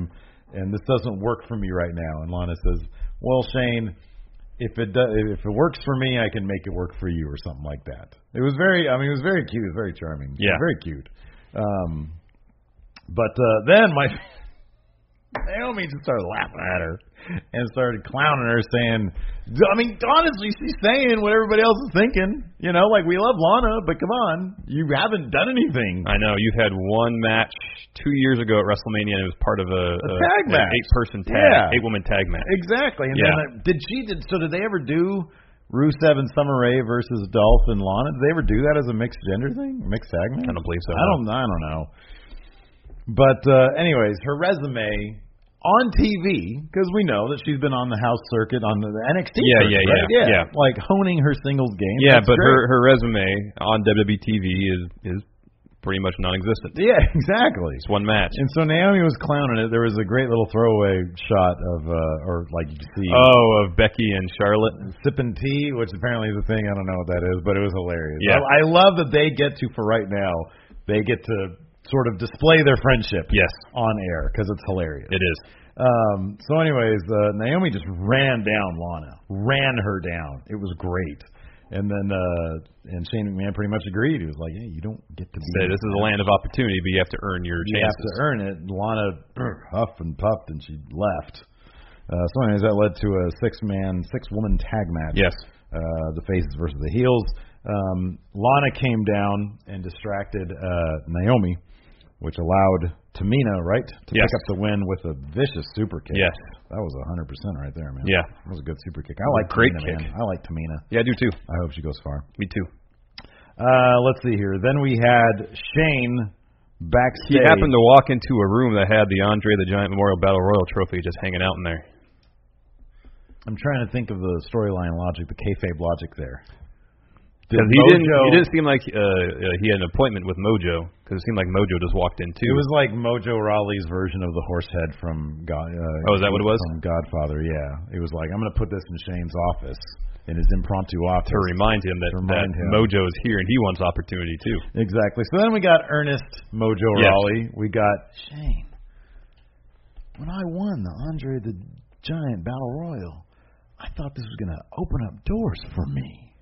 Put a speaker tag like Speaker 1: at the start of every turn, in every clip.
Speaker 1: and this doesn't work for me right now." And Lana says, "Well, Shane, if it do, if it works for me, I can make it work for you, or something like that." It was very, I mean, it was very cute, it was very charming,
Speaker 2: Yeah.
Speaker 1: very cute. Um, but uh, then my Naomi just started laughing at her and started clowning her, saying, I mean, honestly, she's saying what everybody else is thinking. You know, like, we love Lana, but come on, you haven't done anything.
Speaker 2: I know you had one match two years ago at WrestleMania, and it was part of a, a
Speaker 1: tag
Speaker 2: an
Speaker 1: match.
Speaker 2: eight-person tag,
Speaker 1: Yeah.
Speaker 2: eight-woman tag match.
Speaker 1: Exactly. And
Speaker 2: Yeah.
Speaker 1: then, uh, did she, did, so did they ever do Rusev and Summer Rae versus Dolph and Lana? Did they ever do that as a mixed gender thing? Mixed tag match?
Speaker 2: I don't believe so.
Speaker 1: I don't. I don't know. But uh, anyways, her resume on TV because we know that she's been on the house circuit on the NXT.
Speaker 2: Yeah,
Speaker 1: circuit,
Speaker 2: yeah,
Speaker 1: right?
Speaker 2: yeah, yeah.
Speaker 1: Like honing her singles game.
Speaker 2: Yeah,
Speaker 1: That's
Speaker 2: but
Speaker 1: great.
Speaker 2: her her resume on WWE TV is is pretty much non-existent.
Speaker 1: Yeah, exactly.
Speaker 2: It's one match.
Speaker 1: And so Naomi was clowning it. There was a great little throwaway shot of, uh, or like you could see,
Speaker 2: Oh, of Becky and Charlotte.
Speaker 1: sipping tea, which apparently is a thing. I don't know what that is, but it was hilarious.
Speaker 2: Yeah.
Speaker 1: I, I love that they get to for right now. They get to sort of display their friendship.
Speaker 2: Yes.
Speaker 1: On air because it's hilarious.
Speaker 2: It is.
Speaker 1: Um, so, anyways, uh, Naomi just ran down Lana, ran her down. It was great. And then uh, and Shane McMahon pretty much agreed. He was like, "Yeah, you don't get to be.
Speaker 2: Say, this is a land of opportunity, but you have to earn your
Speaker 1: you have
Speaker 2: chances.
Speaker 1: to earn it." And Lana er, huffed and puffed, and she left. Uh, so, anyways, that led to a six-man, six-woman tag match.
Speaker 2: Yes.
Speaker 1: Uh, the faces versus the heels. Um, Lana came down and distracted uh, Naomi, which allowed Tamina right to
Speaker 2: Yes.
Speaker 1: pick up the win with a vicious super kick.
Speaker 2: Yes.
Speaker 1: That was a 100% right there, man.
Speaker 2: Yeah.
Speaker 1: That was a good super kick. I
Speaker 2: was a
Speaker 1: like
Speaker 2: great
Speaker 1: Tamina,
Speaker 2: kick.
Speaker 1: man. I like Tamina.
Speaker 2: Yeah, I do too.
Speaker 1: I hope she goes far.
Speaker 2: Me too.
Speaker 1: Uh, let's see here. Then we had Shane
Speaker 2: He
Speaker 1: backstage.
Speaker 2: happened to walk into a room that had the Andre the Giant Memorial Battle Royal trophy just hanging out in there.
Speaker 1: I'm trying to think of the storyline logic, the kayfabe logic there.
Speaker 2: Because
Speaker 1: Did
Speaker 2: he didn't,
Speaker 1: Mojo-
Speaker 2: he didn't seem like uh, uh, he had an appointment with Mojo. Because it seemed like Mojo just walked in too.
Speaker 1: It was like Mojo Rawley's version of the horse head from God. Uh,
Speaker 2: Oh, is that what it was?
Speaker 1: From Godfather, yeah. It was like I'm going to put this in Shane's office in his impromptu office.
Speaker 2: to remind him that,
Speaker 1: To
Speaker 2: that
Speaker 1: remind him.
Speaker 2: Mojo is here and he wants opportunity too.
Speaker 1: Exactly. So then we got Ernest Mojo
Speaker 2: Yes.
Speaker 1: Raleigh. We got Shane. When I won the Andre the Giant Battle Royal, I thought this was going to open up doors for me.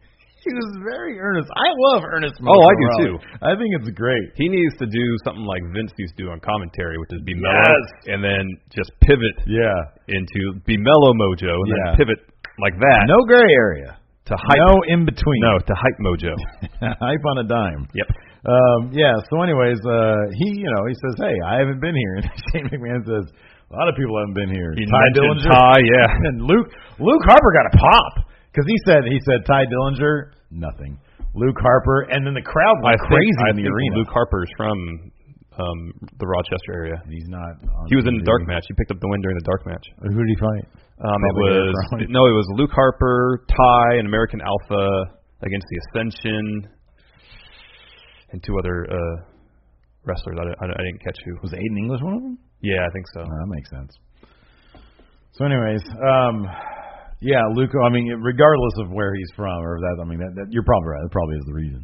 Speaker 1: He was very earnest. I love Ernest Mojo.
Speaker 2: Oh, I do
Speaker 1: Rawley.
Speaker 2: too.
Speaker 1: I think it's great.
Speaker 2: He needs to do something like Vince used to do on commentary, which is be mellow
Speaker 1: Yes.
Speaker 2: and then just pivot
Speaker 1: Yeah.
Speaker 2: into be mellow Mojo and
Speaker 1: Yeah.
Speaker 2: then pivot like that
Speaker 1: No gray area.
Speaker 2: to hype.
Speaker 1: No in between.
Speaker 2: No, to hype Mojo.
Speaker 1: Hype on a dime.
Speaker 2: yep.
Speaker 1: Um, yeah. So, anyways, uh, he you know he says, "Hey, I haven't been here." And Shane McMahon says, "A lot of people haven't been here."
Speaker 2: He
Speaker 1: Ty
Speaker 2: mentioned
Speaker 1: Dillinger,
Speaker 2: Ty, yeah.
Speaker 1: and Luke Luke Harper got a pop because he said he said Ty Dillinger nothing, Luke Harper, and then the crowd
Speaker 2: I
Speaker 1: went crazy
Speaker 2: think, I
Speaker 1: in the
Speaker 2: think
Speaker 1: arena.
Speaker 2: Luke Harper's from um, the Rochester area.
Speaker 1: And he's not. On
Speaker 2: He was in the
Speaker 1: TV.
Speaker 2: dark match. He picked up the win during the dark match.
Speaker 1: Who did he fight?
Speaker 2: Um, it
Speaker 1: Probably
Speaker 2: was
Speaker 1: Eric Rowan.
Speaker 2: no, it was Luke Harper, Ty, and American Alpha against the Ascension, and two other uh, wrestlers. I, don't- I, don't- I didn't catch who.
Speaker 1: Was Aiden English one of them?
Speaker 2: Yeah, I think so.
Speaker 1: Oh, that makes sense. So, anyways, um, yeah, Luke. I mean, regardless of where he's from or that, I mean, that, that you're probably right. That probably is the reason.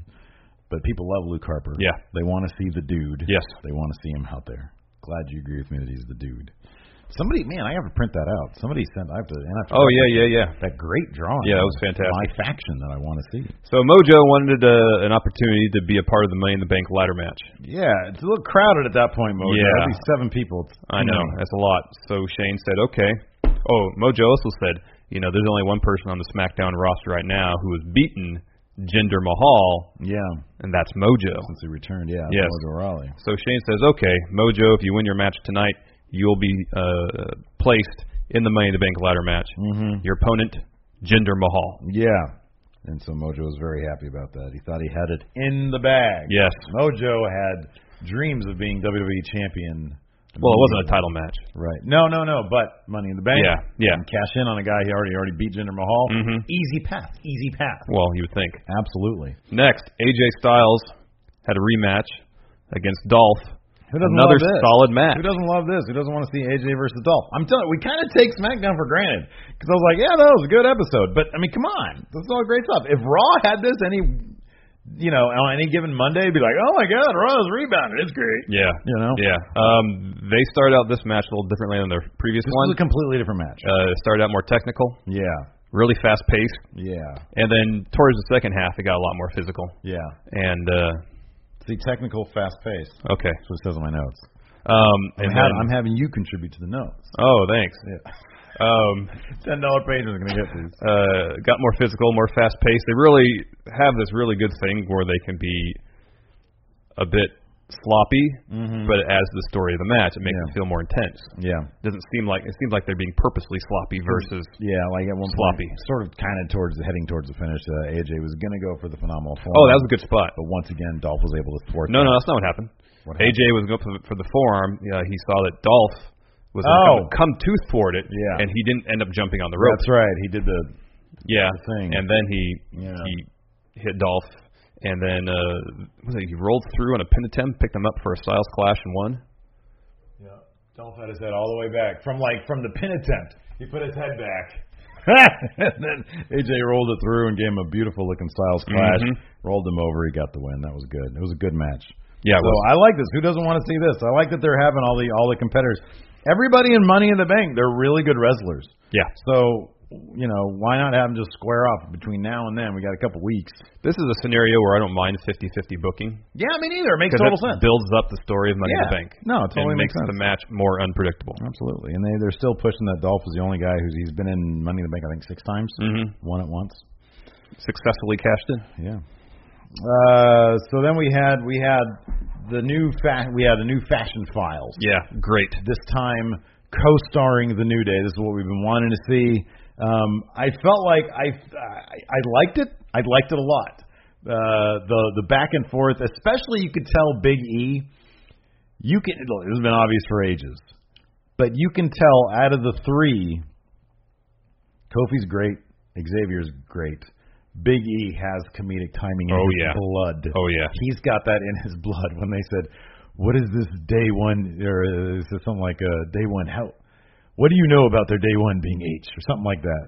Speaker 1: But people love Luke Harper.
Speaker 2: Yeah.
Speaker 1: they want to see the dude.
Speaker 2: Yes.
Speaker 1: they want to see him out there. Glad you agree with me that he's the dude. Somebody, man, I have to print that out. Somebody sent. I have to. And I have to
Speaker 2: Oh yeah, yeah, yeah.
Speaker 1: That great drawing.
Speaker 2: Yeah, that was
Speaker 1: of
Speaker 2: fantastic.
Speaker 1: My faction that I want to see.
Speaker 2: So Mojo wanted uh, an opportunity to be a part of the Money in the Bank ladder match.
Speaker 1: Yeah, it's a little crowded at that point, Mo.
Speaker 2: Yeah. Mm-hmm.
Speaker 1: That'd be seven people. It's
Speaker 2: I know
Speaker 1: too many.
Speaker 2: that's a lot. So Shane said, "Okay, Oh, Mojo also said, you know, there's only one person on the SmackDown roster right now who has beaten Jinder Mahal,
Speaker 1: Yeah.
Speaker 2: and that's Mojo.
Speaker 1: Since he returned, yeah.
Speaker 2: Yes.
Speaker 1: Mojo Rawley.
Speaker 2: So Shane says, okay, Mojo, if you win your match tonight, you'll be uh, placed in the Money in the Bank ladder match.
Speaker 1: Mhm.
Speaker 2: Your opponent, Jinder Mahal.
Speaker 1: Yeah. And so Mojo was very happy about that. He thought he had it in the bag.
Speaker 2: Yes.
Speaker 1: Mojo had dreams of being WWE champion.
Speaker 2: Well, it wasn't a title match.
Speaker 1: Right. No, no, no. But Money in the Bank.
Speaker 2: Yeah, yeah.
Speaker 1: And cash in on a guy he already already beat Jinder Mahal.
Speaker 2: Mhm.
Speaker 1: Easy path. Easy path.
Speaker 2: Well, you would think.
Speaker 1: Absolutely.
Speaker 2: Next, AJ Styles had a rematch against Dolph.
Speaker 1: Who doesn't
Speaker 2: Another
Speaker 1: love this?
Speaker 2: solid match.
Speaker 1: Who doesn't love this? Who doesn't want to see AJ versus Dolph? I'm telling you, we kind of take SmackDown for granted because I was like, yeah, that was a good episode, but I mean, come on, this is all great stuff. If Raw had this any, you know, on any given Monday, it'd be like, oh my god, Raw's rebounded, it's great.
Speaker 2: Yeah.
Speaker 1: You know,
Speaker 2: Yeah. Um, they started out this match a little differently than their previous
Speaker 1: this
Speaker 2: one.
Speaker 1: was a completely different match.
Speaker 2: uh, it started out more technical,
Speaker 1: yeah,
Speaker 2: really fast paced,
Speaker 1: yeah,
Speaker 2: and then towards the second half, it got a lot more physical.
Speaker 1: yeah.
Speaker 2: And uh,
Speaker 1: See, technical, fast paced.
Speaker 2: okay,
Speaker 1: That's what it says on my notes.
Speaker 2: um,
Speaker 1: I'm,
Speaker 2: and then,
Speaker 1: ha- I'm having you contribute to the notes.
Speaker 2: oh, thanks.
Speaker 1: Yeah.
Speaker 2: Um,
Speaker 1: Ten dollar pages are gonna get these.
Speaker 2: uh, got more physical, more fast paced. They really have this really good thing where they can be a bit sloppy, but as the story of the match, it makes
Speaker 1: Mm-hmm. Yeah.
Speaker 2: it feel more intense.
Speaker 1: Yeah. Mm-hmm.
Speaker 2: Doesn't seem like it seems like they're being purposely sloppy versus
Speaker 1: Yeah, like at one
Speaker 2: Sloppy.
Speaker 1: point, sort of, kind of towards the heading towards the finish. Uh, AJ was gonna go for the phenomenal form.
Speaker 2: oh, that was a good spot.
Speaker 1: But once again, Dolph was able to thwart.
Speaker 2: No,
Speaker 1: that.
Speaker 2: no, that's not what happened.
Speaker 1: What
Speaker 2: AJ was going for the, for the forearm. Yeah, he saw that Dolph was
Speaker 1: Oh.
Speaker 2: gonna come, come to thwart it,
Speaker 1: Yeah.
Speaker 2: and he didn't end up jumping on the rope.
Speaker 1: That's right. He did the.
Speaker 2: yeah,
Speaker 1: the thing.
Speaker 2: and then he
Speaker 1: Yeah.
Speaker 2: he hit Dolph, and then uh, what was it, he rolled through on a pin attempt, picked him up for a Styles Clash, and won.
Speaker 1: Yeah. Dolph had his head all the way back from like from the pin attempt. He put his head back. and then AJ rolled it through and gave him a beautiful looking Styles clash.
Speaker 2: Mhm.
Speaker 1: Rolled him over. He got the win. That was good. It was a good match.
Speaker 2: Yeah, it
Speaker 1: So
Speaker 2: was.
Speaker 1: I like this. Who doesn't want to see this? I like that they're having all the all the competitors. Everybody in Money in the Bank. They're really good wrestlers.
Speaker 2: yeah.
Speaker 1: So you know why not have them just square off between now and then? We got a couple weeks.
Speaker 2: This is a scenario where I don't mind 50-50 booking
Speaker 1: Yeah, I mean either. It makes
Speaker 2: because
Speaker 1: total
Speaker 2: it
Speaker 1: sense.
Speaker 2: builds up the story of Money in the
Speaker 1: Yeah.
Speaker 2: Bank.
Speaker 1: No, it totally
Speaker 2: and
Speaker 1: makes
Speaker 2: makes
Speaker 1: sense.
Speaker 2: the match more unpredictable.
Speaker 1: Absolutely, and they they're still pushing that Dolph is the only guy who's he's been in Money in the Bank I think six times,
Speaker 2: Mhm.
Speaker 1: won at once.
Speaker 2: Successfully cashed in.
Speaker 1: Yeah. Uh, so then we had we had the new fa- we had the new fashion files.
Speaker 2: Yeah, great.
Speaker 1: This time co-starring the New Day. This is what we've been wanting to see. Um, I felt like I I, I liked it. I liked it a lot. Uh, the the back and forth, especially you could tell Big E. You can. Look, this has been obvious for ages, but you can tell out of the three, Kofi's great, Xavier's great. Big E has comedic timing in
Speaker 2: Oh,
Speaker 1: his
Speaker 2: yeah.
Speaker 1: blood.
Speaker 2: Oh, yeah.
Speaker 1: he's got that in his blood. When they said, "What is this day one?" or uh, is it something like uh, "day one"? How? What do you know about their day one being H or something like that?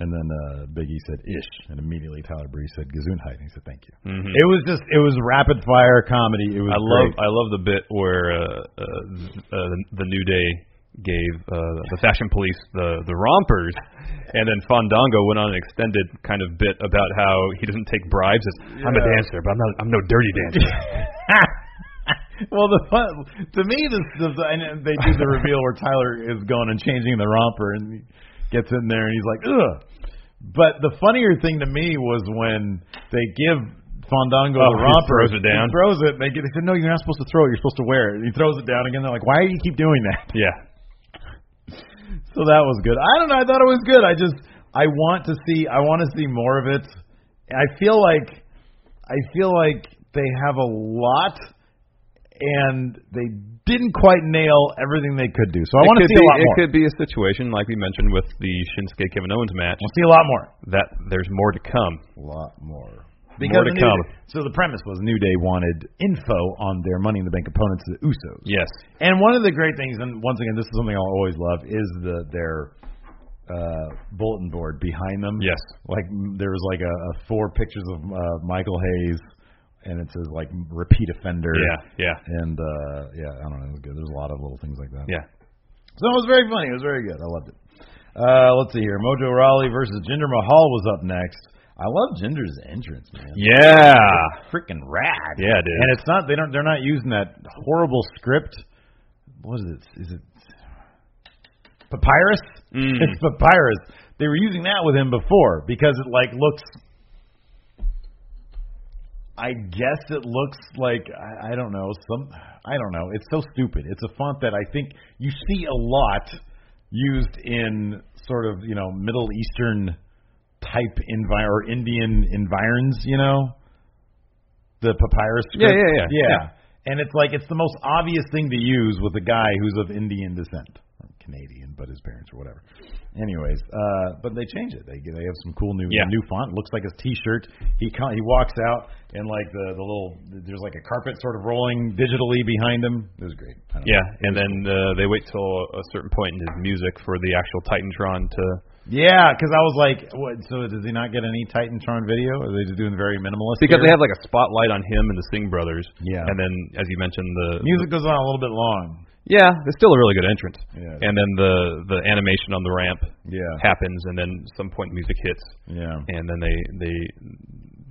Speaker 1: And then uh, Big E said "ish," and immediately Tyler Breeze said "Gesundheit," and he said "Thank you."
Speaker 2: Mhm.
Speaker 1: It was just it was rapid fire comedy. It was
Speaker 2: I love
Speaker 1: great.
Speaker 2: I love the bit where uh, uh, th- uh, the New Day gave uh, the Fashion Police the the rompers, and then Fandango went on an extended kind of bit about how he doesn't take bribes. It's, I'm a
Speaker 1: Yeah.
Speaker 2: dancer, but I'm not I'm no dirty dancer.
Speaker 1: well, the fun, to me, this, this and they do the reveal where Tyler is going and changing the romper and he gets in there and he's like, ugh. But the funnier thing to me was when they give Fandango the
Speaker 2: Oh, he
Speaker 1: romper,
Speaker 2: throws it down?
Speaker 1: He throws it. They, get, they said, "No, you're not supposed to throw it. You're supposed to wear it." And he throws it down again. They're like, "Why do you keep doing that?"
Speaker 2: yeah,
Speaker 1: So that was good. I don't know. I thought it was good. I just I want to see I want to see more of it. I feel like I feel like they have a lot and they didn't quite nail everything they could do. So I
Speaker 2: it
Speaker 1: want to
Speaker 2: could
Speaker 1: see
Speaker 2: be
Speaker 1: a lot
Speaker 2: it
Speaker 1: more.
Speaker 2: could be a situation like we mentioned with the Shinsuke Kevin Owens match
Speaker 1: We'll see a lot more.
Speaker 2: that there's more to come.
Speaker 1: A lot more. Because
Speaker 2: to
Speaker 1: the New
Speaker 2: come.
Speaker 1: Day- so the premise was New Day wanted info on their Money in the Bank opponents, the Usos.
Speaker 2: Yes,
Speaker 1: And one of the great things, and once again, this is something I'll always love, is the their uh, bulletin board behind them.
Speaker 2: Yes.
Speaker 1: Like m- there was like a, a four pictures of uh, Michael Hayes, and it says like repeat offender.
Speaker 2: yeah, yeah,
Speaker 1: And uh, yeah, I don't know, it was good. There's a lot of little things like that.
Speaker 2: yeah.
Speaker 1: So it was very funny. It was very good. I loved it. Uh, let's see here. Mojo Raleigh versus Jinder Mahal was up next. I love Jinder's entrance, man.
Speaker 2: Yeah,
Speaker 1: Freaking rad.
Speaker 2: Yeah, it is.
Speaker 1: And it's not they don't they're not using that horrible script. What is it? Is it papyrus.
Speaker 2: Mm.
Speaker 1: It's papyrus. They were using that with him before because it like looks. I guess it looks like I, I don't know some I don't know. It's so stupid. It's a font that I think you see a lot used in sort of you know Middle Eastern type envi or Indian environs. You know, the papyrus.
Speaker 2: Yeah,
Speaker 1: script.
Speaker 2: yeah, yeah.
Speaker 1: yeah. And it's like it's the most obvious thing to use with a guy who's of Indian descent, or Canadian, but his parents or whatever. Anyways, uh, but they change it. They they have some cool new
Speaker 2: Yeah.
Speaker 1: new font. It looks like his T-shirt. He co- he walks out and like the the little there's like a carpet sort of rolling digitally behind him. It was great. I don't know.
Speaker 2: Yeah, and then uh, they wait till a certain point in his music for the actual Titantron to.
Speaker 1: Yeah, because I was like, what, so does he not get any Titantron video? Are they just doing very minimalist?
Speaker 2: Because they
Speaker 1: here?
Speaker 2: have like a spotlight on him and the Singh brothers.
Speaker 1: Yeah.
Speaker 2: And then, as you mentioned, the
Speaker 1: music goes on a little bit long.
Speaker 2: Yeah, it's still a really good entrance.
Speaker 1: Yeah.
Speaker 2: And then the the animation on the ramp
Speaker 1: Yeah,
Speaker 2: happens, and then some point music hits,
Speaker 1: yeah.
Speaker 2: and then they they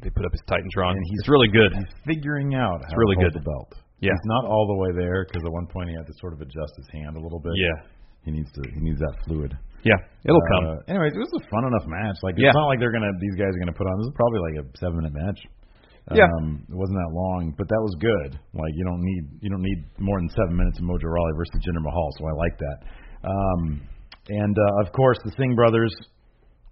Speaker 2: they put up his Titantron.
Speaker 1: And he's-
Speaker 2: it's really good.
Speaker 1: He's figuring out how to
Speaker 2: really
Speaker 1: hold the
Speaker 2: good.
Speaker 1: belt.
Speaker 2: Yeah.
Speaker 1: he's not all the way there because at one point he had to sort of adjust his hand a little bit.
Speaker 2: Yeah,
Speaker 1: he needs to. He needs that fluid.
Speaker 2: yeah, it'll
Speaker 1: Uh,
Speaker 2: come.
Speaker 1: Anyways, it was a fun enough match. Like it's
Speaker 2: Yeah.
Speaker 1: not like they're gonna these guys are gonna put on. This is probably like a seven minute match.
Speaker 2: Yeah.
Speaker 1: Um, it wasn't that long, but that was good. Like you don't need you don't need more than seven minutes of Mojo Rawley versus Jinder Mahal, so I like that. Um, and uh, of course the Singh brothers,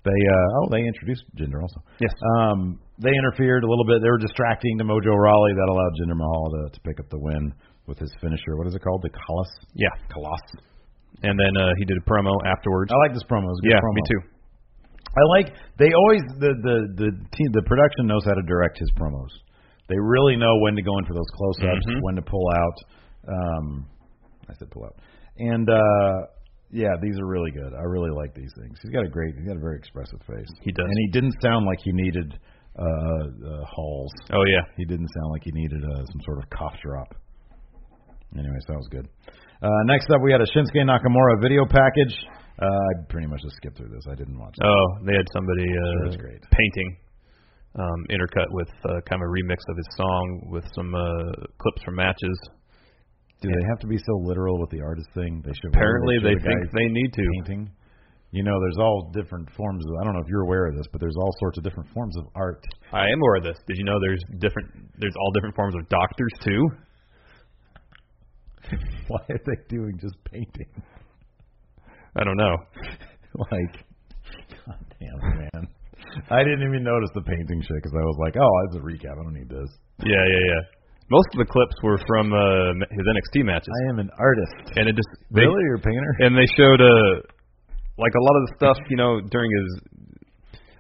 Speaker 1: they uh, oh they introduced Jinder also.
Speaker 2: Yes.
Speaker 1: Um, they interfered a little bit. They were distracting to Mojo Rawley. That allowed Jinder Mahal to, to pick up the win with his finisher. What is it called? The Colossus.
Speaker 2: Yeah,
Speaker 1: Colossus.
Speaker 2: and then uh, he did a promo afterwards.
Speaker 1: I like this promo. It was Oh, a good
Speaker 2: yeah,
Speaker 1: promo.
Speaker 2: me too.
Speaker 1: I like they always the the the team, the production knows how to direct his promos. They really know when to go in for those close ups,
Speaker 2: Mhm.
Speaker 1: when to pull out. Um, I said pull out, and uh, yeah, these are really good. I really like these things. He's got a great, he's got a very expressive face.
Speaker 2: He does.
Speaker 1: and he didn't sound like he needed uh, uh halls.
Speaker 2: Oh yeah,
Speaker 1: He didn't sound like he needed uh, some sort of cough drop. Anyway, so that was good. Uh, next up, we had a Shinsuke Nakamura video package. Uh, I pretty much just skipped through this. I didn't watch. it.
Speaker 2: Oh, they had somebody uh,
Speaker 1: that's great.
Speaker 2: painting, um, intercut with uh, kind of a remix of his song with some uh, clips from matches.
Speaker 1: Do they have to be so literal with the artist thing? They should
Speaker 2: Apparently,
Speaker 1: really
Speaker 2: they
Speaker 1: show the
Speaker 2: think
Speaker 1: guy
Speaker 2: they need to.
Speaker 1: painting. You know, there's all different forms of. I don't know if you're aware of this, but there's all sorts of different forms of art.
Speaker 2: I am aware of this. Did you know there's different, there's all different forms of doctors too?
Speaker 1: Why are they doing just painting?
Speaker 2: I don't know.
Speaker 1: like, God damn man. I didn't even notice the painting shit because I was like, oh, it's a recap. I don't need this.
Speaker 2: Yeah, yeah, yeah. Most of the clips were from uh, his NXT matches,
Speaker 1: I am an artist.
Speaker 2: and it just they,
Speaker 1: Really, you're a painter?
Speaker 2: and they showed uh, like a lot of the stuff you know during his.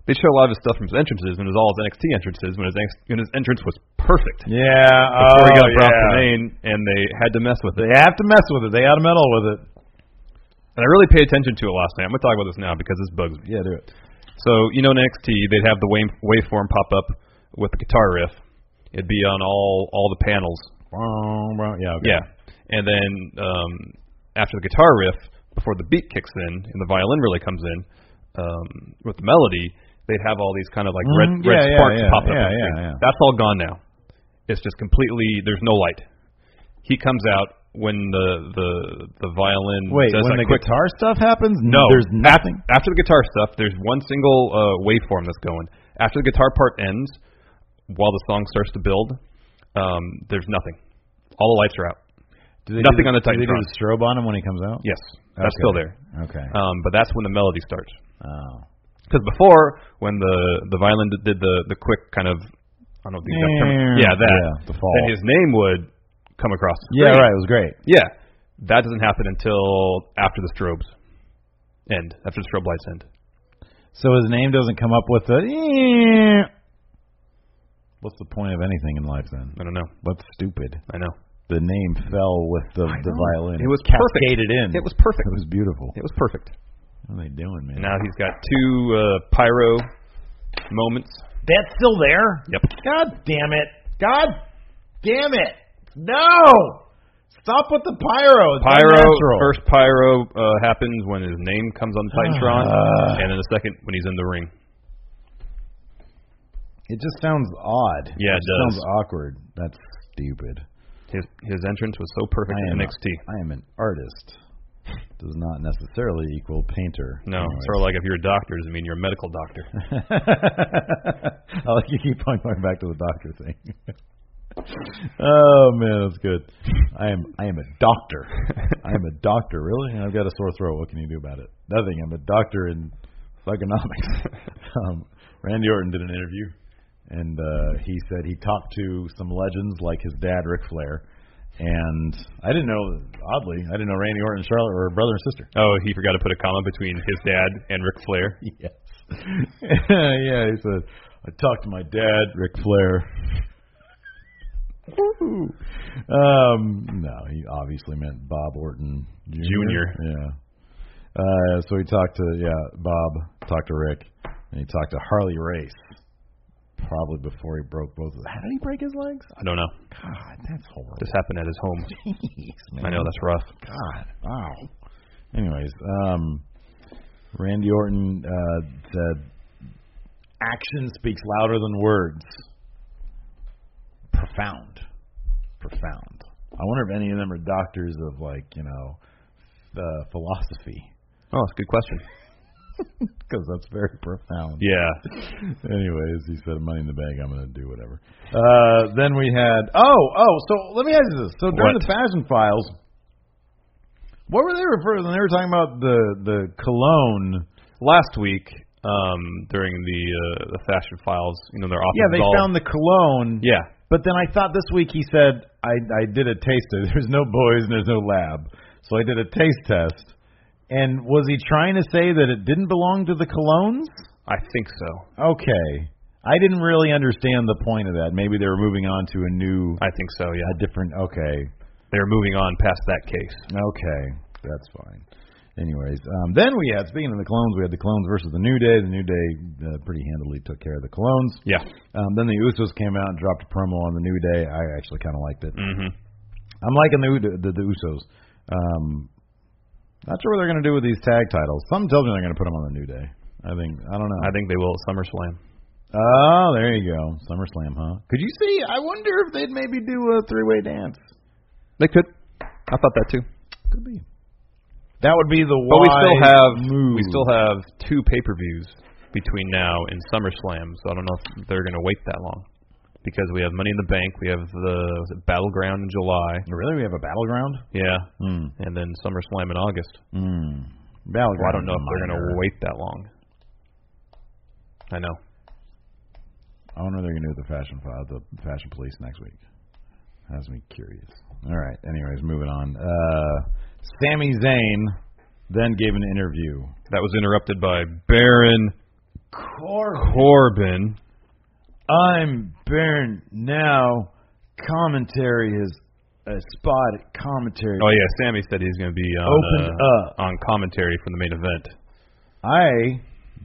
Speaker 2: They show a lot of his stuff from his entrances, and it was all his NXT entrances when his ex- when his entrance was perfect.
Speaker 1: Yeah.
Speaker 2: before
Speaker 1: Before
Speaker 2: he got brought to
Speaker 1: yeah.
Speaker 2: Maine, and they had to mess with it.
Speaker 1: They have to mess with it. They got to meddle with it.
Speaker 2: And I really paid attention to it last night. I'm going to talk about this now because this bugs me.
Speaker 1: Yeah, do it.
Speaker 2: So, you know, in NXT, they'd have the wave, waveform pop up with the guitar riff. It'd be on all all the panels.
Speaker 1: Wrong, wrong. Yeah. Okay.
Speaker 2: Yeah. And then um, after the guitar riff, before the beat kicks in and the violin really comes in um, with the melody, they'd have all these kind of like red,
Speaker 1: Mhm.
Speaker 2: red
Speaker 1: Yeah, yeah,
Speaker 2: sparks
Speaker 1: yeah,
Speaker 2: popping
Speaker 1: yeah,
Speaker 2: up. on the
Speaker 1: yeah,
Speaker 2: screen.
Speaker 1: yeah.
Speaker 2: That's all gone now. It's just completely there's no light. He comes out when the the the violin
Speaker 1: Wait,
Speaker 2: does
Speaker 1: when the
Speaker 2: that quick
Speaker 1: guitar stuff happens,
Speaker 2: No.
Speaker 1: there's nothing.
Speaker 2: after the guitar stuff, there's one single uh, waveform that's going. After the guitar part ends, while the song starts to build, um, there's nothing. All the lights are out.
Speaker 1: Do they
Speaker 2: Nothing
Speaker 1: do
Speaker 2: on the
Speaker 1: Do they do
Speaker 2: Titantron.
Speaker 1: the strobe on him when he comes out?
Speaker 2: Yes, that's
Speaker 1: Okay.
Speaker 2: still there.
Speaker 1: Okay.
Speaker 2: Um, but that's when the melody starts.
Speaker 1: oh.
Speaker 2: Because before, when the the violin d- did the the quick kind of I don't think that's term. yeah that
Speaker 1: Yeah, the fall.
Speaker 2: then his name would come across. The
Speaker 1: Yeah,
Speaker 2: screen.
Speaker 1: right. It was great.
Speaker 2: Yeah, that doesn't happen until after the strobes end. After the strobe lights end.
Speaker 1: So his name doesn't come up with the. What's the point of anything in life then?
Speaker 2: I don't know.
Speaker 1: That's stupid.
Speaker 2: I know.
Speaker 1: The name fell with the, the violin.
Speaker 2: It was
Speaker 1: cascaded in.
Speaker 2: It was perfect.
Speaker 1: It was beautiful.
Speaker 2: It was perfect.
Speaker 1: What are they doing, man?
Speaker 2: And now he's got two uh, pyro moments.
Speaker 1: That's still there.
Speaker 2: Yep.
Speaker 1: God damn it. God damn it. No. Stop with the pyro. It's
Speaker 2: Pyro
Speaker 1: unnatural.
Speaker 2: first pyro uh, happens when his name comes on Titantron,
Speaker 1: Ah.
Speaker 2: and then the second when he's in the ring.
Speaker 1: It just sounds odd.
Speaker 2: Yeah, it
Speaker 1: just
Speaker 2: does.
Speaker 1: sounds awkward. That's stupid.
Speaker 2: His his entrance was so perfect
Speaker 1: I
Speaker 2: in
Speaker 1: am
Speaker 2: NXT.
Speaker 1: I am an artist. does not necessarily equal painter.
Speaker 2: No,
Speaker 1: Anyways.
Speaker 2: sort of like if you're a doctor, doesn't mean you're a medical doctor.
Speaker 1: I like you keep on going back to the doctor thing. oh man, that's good. I am I am a doctor. I am a doctor, really? And I've got a sore throat. What can you do about it? Nothing. I'm a doctor in psychonomics. um, Randy Orton did an interview, and uh, he said he talked to some legends like his dad, Ric Flair. And I didn't know, oddly, I didn't know Randy Orton and Charlotte were brother and sister.
Speaker 2: Oh, he forgot to put a comma between his dad and Ric Flair.
Speaker 1: Yes. yeah, he said, I talked to my dad, Ric Flair. Woo. um, no, he obviously meant Bob Orton Jr.
Speaker 2: Junior.
Speaker 1: Yeah. Uh, so he talked to, yeah, Bob, talked to Rick, and he talked to Harley Race probably before he broke both of them. How did he break his legs?
Speaker 2: I don't know.
Speaker 1: God, that's horrible.
Speaker 2: This happened at his home.
Speaker 1: Jeez,
Speaker 2: I know that's rough.
Speaker 1: God, wow. Anyways, um, Randy Orton uh, said, "Action speaks louder than words." Profound, profound. I wonder if any of them are doctors of like you know uh, philosophy,
Speaker 2: Oh, that's a good question.
Speaker 1: because that's very profound.
Speaker 2: Yeah.
Speaker 1: Anyways, he said, "Money in the bank. I'm gonna do whatever." Uh, then we had oh oh. So let me ask you this: so during
Speaker 2: What?
Speaker 1: the fashion files, what were they referring? When they were talking about the the cologne.
Speaker 2: Last week, um, during the uh, the fashion files, you know, they're often
Speaker 1: Yeah, they found the cologne.
Speaker 2: Yeah.
Speaker 1: But then I thought this week he said, "I I did a taste test. There's no boys and there's no lab, so I did a taste test." And was he trying to say that it didn't belong to the colognes?
Speaker 2: I think so.
Speaker 1: Okay. I didn't really understand the point of that. Maybe they were moving on to a new
Speaker 2: I think so. Yeah.
Speaker 1: a different okay
Speaker 2: They're moving on past that case.
Speaker 1: okay that's fine anyways um then we had speaking of the clones we had the clones versus the new day the new day uh, pretty handily took care of the clones
Speaker 2: Yeah.
Speaker 1: um then the usos came out and dropped a promo on the new day i actually kind of liked it
Speaker 2: Mhm.
Speaker 1: i'm liking the, U- the the usos um not sure what they're going to do with these tag titles something tells me they're going to put them on the new day i think i don't know
Speaker 2: I think they will at SummerSlam.
Speaker 1: Oh, there you go. SummerSlam, huh? Could you see? I wonder if they'd maybe do a three-way dance.
Speaker 2: They could. I thought that too.
Speaker 1: Could be. That would be the
Speaker 2: But we still
Speaker 1: wise
Speaker 2: have
Speaker 1: move.
Speaker 2: we still have two pay-per-views between now and SummerSlam, so I don't know if they're going to wait that long because we have Money in the Bank, we have the was it Battleground in July,
Speaker 1: Really, we have a battleground.
Speaker 2: yeah,
Speaker 1: Hmm.
Speaker 2: and then SummerSlam in August.
Speaker 1: Hmm.
Speaker 2: So
Speaker 1: Battleground.
Speaker 2: I don't know if they're going to
Speaker 1: minor.
Speaker 2: wait that long. I know.
Speaker 1: I wonder if they're going to do the fashion file, the fashion police next week. Has me curious. All right. Anyways, moving on. Uh, Sami Zayn then gave an interview.
Speaker 2: That was interrupted by Baron Corbin.
Speaker 1: I'm Baron now. Commentary is a spot at commentary.
Speaker 2: Oh yeah, Sammy said he's going to be on
Speaker 1: Opened
Speaker 2: uh,
Speaker 1: up.
Speaker 2: on commentary for the main event.
Speaker 1: I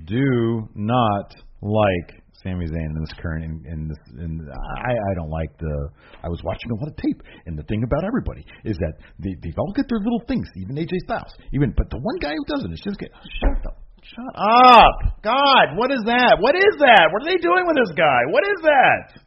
Speaker 1: do not like Sami Zayn in this current in, in this in I I don't like the I was watching a lot of tape and the thing about everybody is that they they've all got their little things, even AJ Styles. Even but the one guy who doesn't is just get oh, shut up. Shut up. God, what is that? What is that? What are they doing with this guy? What is that?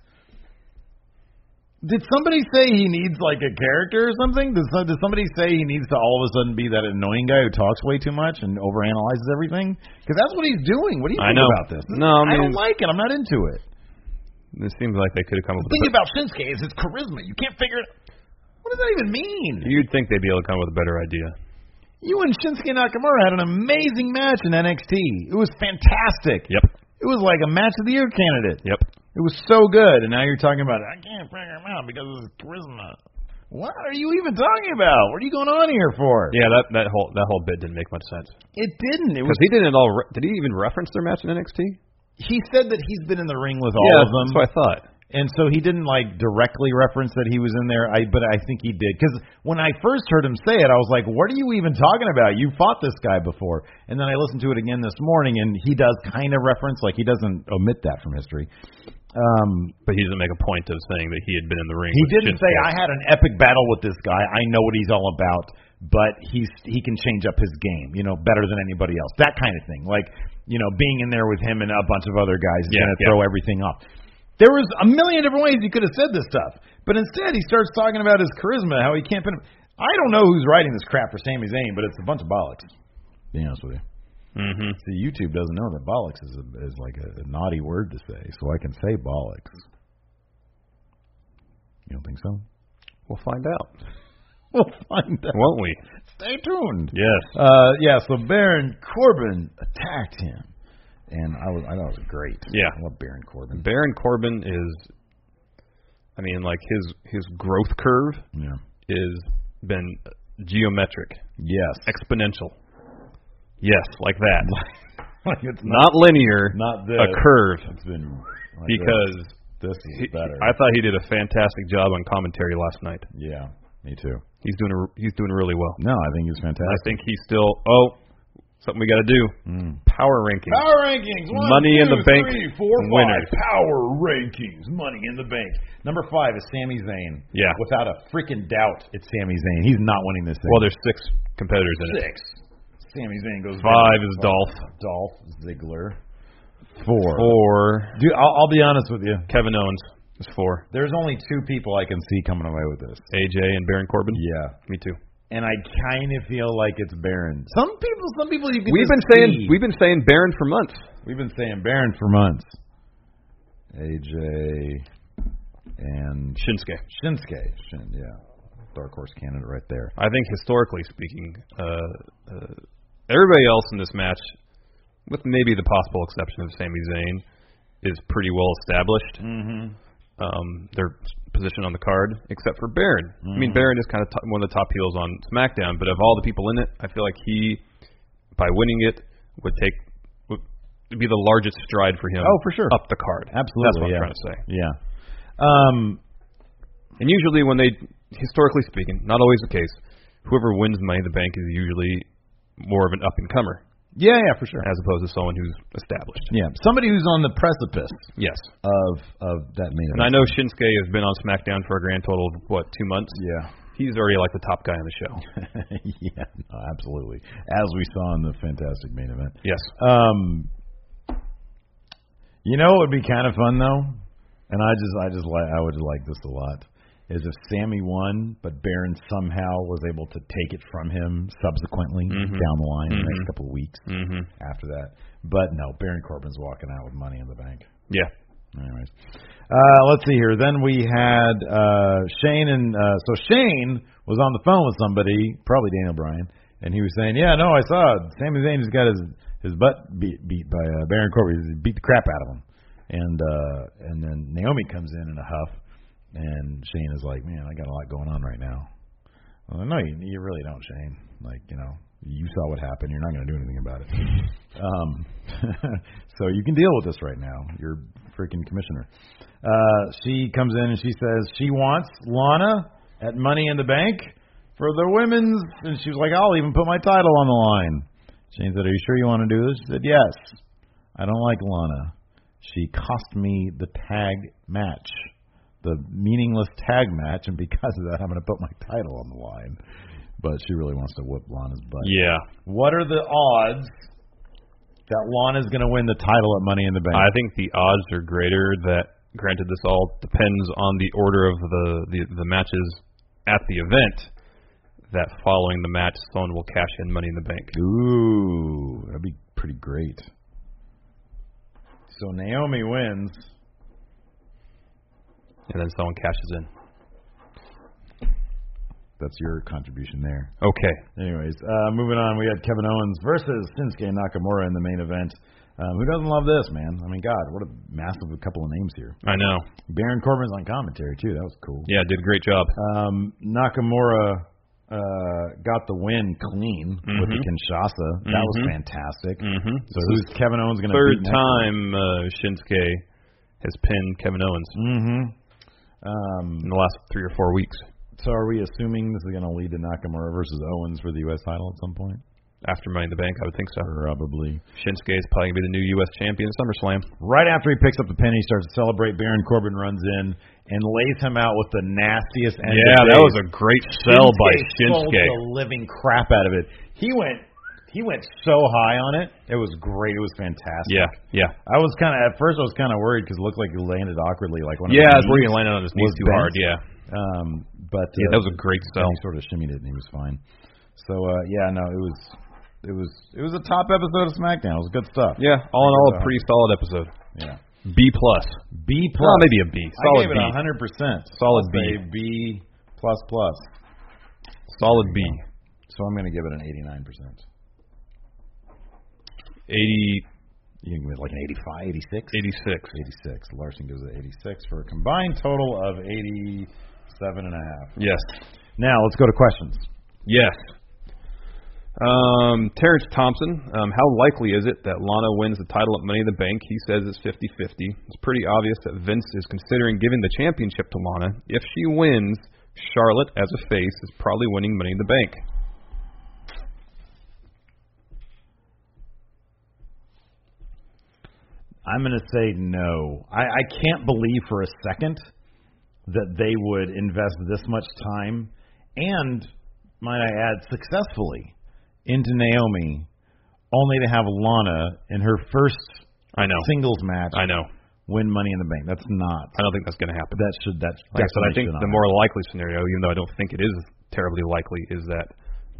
Speaker 1: Did somebody say he needs like a character or something? Did, some, did somebody say he needs to all of a sudden be that annoying guy who talks way too much and overanalyzes everything? Because that's what he's doing. What do you
Speaker 2: I
Speaker 1: think
Speaker 2: know.
Speaker 1: about this?
Speaker 2: No, I
Speaker 1: I
Speaker 2: mean-
Speaker 1: don't like it. I'm not into it.
Speaker 2: It seems like they could have come up
Speaker 1: The
Speaker 2: with a
Speaker 1: thing about Shinsuke is his charisma. You can't figure it. What does that even mean?
Speaker 2: You'd think they'd be able to come up with a better idea.
Speaker 1: You and Shinsuke Nakamura had an amazing match in NXT. It was fantastic.
Speaker 2: Yep.
Speaker 1: It was like a match of the year candidate.
Speaker 2: Yep.
Speaker 1: It was so good, and now you're talking about I can't figure him out because of his charisma. What are you even talking about? What are you going on here for?
Speaker 2: Yeah, that that whole that whole bit didn't make much sense.
Speaker 1: It didn't. It was
Speaker 2: Because he didn't at all. Re- did he even reference their match in NXT?
Speaker 1: he said that he's been in the ring with all
Speaker 2: yeah,
Speaker 1: of them,
Speaker 2: that's what I thought.
Speaker 1: and so he didn't like directly reference that he was in there. I but I think he did because when I first heard him say it, I was like, "What are you even talking about? You fought this guy before." And then I listened to it again this morning, and he does kind of reference like he doesn't omit that from history. Um,
Speaker 2: But he didn't make a point of saying that he had been in the ring.
Speaker 1: He
Speaker 2: with
Speaker 1: didn't say I
Speaker 2: Shinsuke.
Speaker 1: had an epic battle with this guy. I know what he's all about, but he's he can change up his game, you know, better than anybody else. That kind of thing. Like, you know, being in there with him and a bunch of other guys is going
Speaker 2: Yeah,
Speaker 1: to
Speaker 2: yeah.
Speaker 1: throw everything off. There was a million different ways he could have said this stuff, but instead he starts talking about his charisma, how he can't. put him- I don't know who's writing this crap for Sami Zayn, but it's a bunch of bollocks. to Be honest with you.
Speaker 2: Mm-hmm.
Speaker 1: See, YouTube doesn't know that bollocks is a, is like a, a naughty word to say, so I can say bollocks. You don't think so?
Speaker 2: We'll find out,
Speaker 1: We'll find out.
Speaker 2: won't we?
Speaker 1: Stay tuned.
Speaker 2: Yes.
Speaker 1: Uh, yeah, so Baron Corbin attacked him, and I was I thought it was great.
Speaker 2: Yeah.
Speaker 1: I love Baron Corbin.
Speaker 2: Baron Corbin is, I mean, like his his growth curve
Speaker 1: yeah.
Speaker 2: is been geometric,
Speaker 1: Yes.
Speaker 2: exponential. Yes, like that.
Speaker 1: Like it's
Speaker 2: Not linear,
Speaker 1: not this.
Speaker 2: a curve.
Speaker 1: It's been like
Speaker 2: Because
Speaker 1: this, this is
Speaker 2: he-
Speaker 1: better.
Speaker 2: I thought he did a fantastic job on commentary last night.
Speaker 1: yeah, me too.
Speaker 2: He's doing a, he's doing really well.
Speaker 1: No, I think he's
Speaker 2: I
Speaker 1: fantastic.
Speaker 2: think he's still oh something we got to do.
Speaker 1: Mm.
Speaker 2: Power rankings.
Speaker 1: Power rankings. One,
Speaker 2: Money in
Speaker 1: two,
Speaker 2: the Bank
Speaker 1: three, four, five.
Speaker 2: winners.
Speaker 1: Power rankings. Money in the bank. Number five is Sami Zayn.
Speaker 2: Yeah.
Speaker 1: Without a freaking doubt, it's Sami Zayn. He's not winning this thing.
Speaker 2: Well, there's six competitors in it.
Speaker 1: six. Sami Zayn goes
Speaker 2: Five is Dolph.
Speaker 1: Dolph Ziggler. Four.
Speaker 2: Four.
Speaker 1: Dude, I'll, I'll be honest with you.
Speaker 2: Kevin Owens is four.
Speaker 1: There's only two people I can see coming away with this.
Speaker 2: AJ and Baron Corbin.
Speaker 1: Yeah.
Speaker 2: Me too.
Speaker 1: And I kind of feel like it's Baron. Some people, some people you can.
Speaker 2: We've been
Speaker 1: just
Speaker 2: saying
Speaker 1: see.
Speaker 2: we've been saying Baron for months.
Speaker 1: We've been saying Baron for months. AJ and
Speaker 2: Shinsuke.
Speaker 1: Shinsuke. Shin, yeah. Dark horse candidate right there.
Speaker 2: I think historically speaking, uh, uh, everybody else in this match, with maybe the possible exception of Sami Zayn, is pretty well established.
Speaker 1: Mm-hmm.
Speaker 2: um, their position on the card, except for Baron. I
Speaker 1: Mm-hmm.
Speaker 2: mean, Baron is kind of top, one of the top heels on SmackDown, but of all the people in it, I feel like he, by winning it, would take would be the largest stride for him.
Speaker 1: Oh, for sure.
Speaker 2: up the card.
Speaker 1: Absolutely.
Speaker 2: That's what
Speaker 1: yeah.
Speaker 2: I'm trying to say.
Speaker 1: Yeah. Um.
Speaker 2: And usually, when they, historically speaking, not always the case, whoever wins Money in the Bank is usually more of an up and comer
Speaker 1: Yeah. Yeah. For sure.
Speaker 2: as opposed to someone who's established.
Speaker 1: Yeah. Somebody who's on the precipice
Speaker 2: Yes.
Speaker 1: of of that main
Speaker 2: And I know Shinsuke has been on SmackDown for a grand total of what two months.
Speaker 1: Yeah.
Speaker 2: He's already like the top guy on the show.
Speaker 1: yeah. No, absolutely. As we saw in the fantastic main event.
Speaker 2: Yes.
Speaker 1: Um, you know, it would be kind of fun though, and I just, I just like, I would like this a lot. Is if Sammy won, but Baron somehow was able to take it from him subsequently down the line, in the next couple of weeks
Speaker 2: Mm-hmm.
Speaker 1: after that. But no, Baron Corbin's walking out with money in the bank.
Speaker 2: Yeah.
Speaker 1: Anyways, uh, let's see here. Then we had uh, Shane and uh, so Shane was on the phone with somebody, probably Daniel Bryan, and he was saying, "Yeah, no, I saw it. Sami Zayn just got his his butt beat beat by uh, Baron Corbin. He beat the crap out of him." And uh, and then Naomi comes in in a huff, and Shane is like, "Man, I got a lot going on right now." Well, no, you, you really don't, Shane. Like, you know, you saw what happened. You're not going to do anything about it. Um, so you can deal with this right now. You're freaking commissioner. Uh, she comes in and she says she wants Lana at Money in the Bank for the women's, and she was like, I'll even put my title on the line. Shane said, Are you sure you want to do this? She said, Yes. I don't like Lana. She cost me the tag match the meaningless tag match, and because of that, I'm going to put my title on the line. But she really wants to whip Lana's butt.
Speaker 2: Yeah.
Speaker 1: What are the odds that Lana's going to win the title at Money in the Bank?
Speaker 2: I think the odds are greater that granted this all depends on the order of the, the, the matches at the event that following the match someone will cash in money in the bank.
Speaker 1: Ooh, that'd be pretty great. So Naomi wins.
Speaker 2: And then someone cashes in.
Speaker 1: That's your contribution there.
Speaker 2: Okay.
Speaker 1: Anyways, uh, moving on, we had Kevin Owens versus Shinsuke Nakamura in the main event. Um, who doesn't love this, man? I mean, God, what a massive couple of names here.
Speaker 2: I know.
Speaker 1: Baron Corbin's on commentary, too. That was cool.
Speaker 2: Yeah, did a great job.
Speaker 1: Um, Nakamura uh, got the win clean with the Kinshasa. That was
Speaker 2: Mhm.
Speaker 1: fantastic.
Speaker 2: Mm-hmm.
Speaker 1: So who's Kevin Owens going to
Speaker 2: Third
Speaker 1: beat
Speaker 2: time uh, Shinsuke has pinned Kevin Owens
Speaker 1: Mm-hmm. Um,
Speaker 2: in the last three or four weeks
Speaker 1: so are we assuming this is going to lead to Nakamura versus Owens for the U.S. title at some point?
Speaker 2: after Money in the Bank. I would think so.
Speaker 1: Probably.
Speaker 2: Shinsuke is probably going to be the new U.S. champion at SummerSlam.
Speaker 1: Right after he picks up the pin, he starts to celebrate. Baron Corbin runs in and lays him out with the nastiest end.
Speaker 2: yeah, that was a great sell by
Speaker 1: sold
Speaker 2: Shinsuke.
Speaker 1: the living crap out of it. He went, he went so high on it. It was great. It was fantastic.
Speaker 2: Yeah, yeah.
Speaker 1: I was kind of at first. I was kind of worried because it looked like he landed awkwardly, like one.
Speaker 2: Yeah,
Speaker 1: of
Speaker 2: it's where he landed on his knees
Speaker 1: was
Speaker 2: too
Speaker 1: bent.
Speaker 2: hard. Yeah,
Speaker 1: Um, but
Speaker 2: Yeah, that was a great
Speaker 1: then
Speaker 2: sell.
Speaker 1: He sort of shimmied it and he was fine. So uh, yeah, no, it was it was it was a top episode of SmackDown. It was good stuff.
Speaker 2: Yeah, all in all, a
Speaker 1: Uh,
Speaker 2: pretty solid episode.
Speaker 1: yeah.
Speaker 2: B plus.
Speaker 1: B plus.
Speaker 2: Well, maybe a B.
Speaker 1: I
Speaker 2: Solid
Speaker 1: gave
Speaker 2: B.
Speaker 1: it hundred percent.
Speaker 2: Solid
Speaker 1: Say B plus plus.
Speaker 2: Solid B.
Speaker 1: So I'm gonna give it an eighty nine percent.
Speaker 2: Eighty
Speaker 1: You can give it like an 85, 86?
Speaker 2: eighty six.
Speaker 1: 86. Larson gives it 86 for a combined total of 87 and a half.
Speaker 2: Yes.
Speaker 1: Now let's go to questions.
Speaker 2: Yes. Um, Terrence Thompson, um, how likely is it that Lana wins the title at Money in the Bank? He says it's 50 50. It's pretty obvious that Vince is considering giving the championship to Lana. If she wins, Charlotte, as a face, is probably winning Money in the Bank.
Speaker 1: I'm going to say no. I, I can't believe for a second that they would invest this much time and, might I add, successfully into Naomi, only to have Lana in her first
Speaker 2: I know.
Speaker 1: singles match
Speaker 2: I know.
Speaker 1: win Money in the Bank. That's not.
Speaker 2: I don't think that's going to happen.
Speaker 1: That should that.
Speaker 2: Like I said, I
Speaker 1: definitely
Speaker 2: think
Speaker 1: should not
Speaker 2: the more likely scenario, even though I don't think it is terribly likely, is that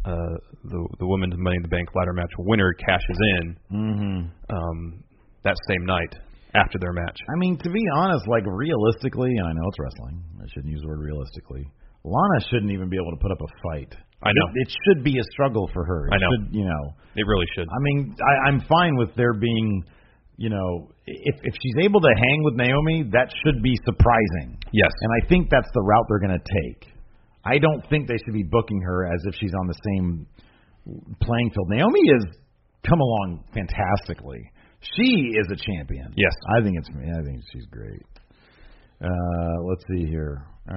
Speaker 2: uh, the the women's Money in the Bank ladder match winner cashes in
Speaker 1: Mm-hmm.
Speaker 2: um, that same night after their match.
Speaker 1: I mean, to be honest, like realistically, and I know it's wrestling. I shouldn't use the word realistically. Lana shouldn't even be able to put up a fight.
Speaker 2: I know.
Speaker 1: It, it should be a struggle for her. It
Speaker 2: I know.
Speaker 1: Should, you know.
Speaker 2: It really should.
Speaker 1: I mean, I, I'm fine with there being, you know, if if she's able to hang with Naomi, that should be surprising.
Speaker 2: Yes.
Speaker 1: And I think that's the route they're going to take. I don't think they should be booking her as if she's on the same playing field. Naomi has come along fantastically. She is a champion.
Speaker 2: Yes.
Speaker 1: I think it's I think she's great. Uh, let's see here. Uh,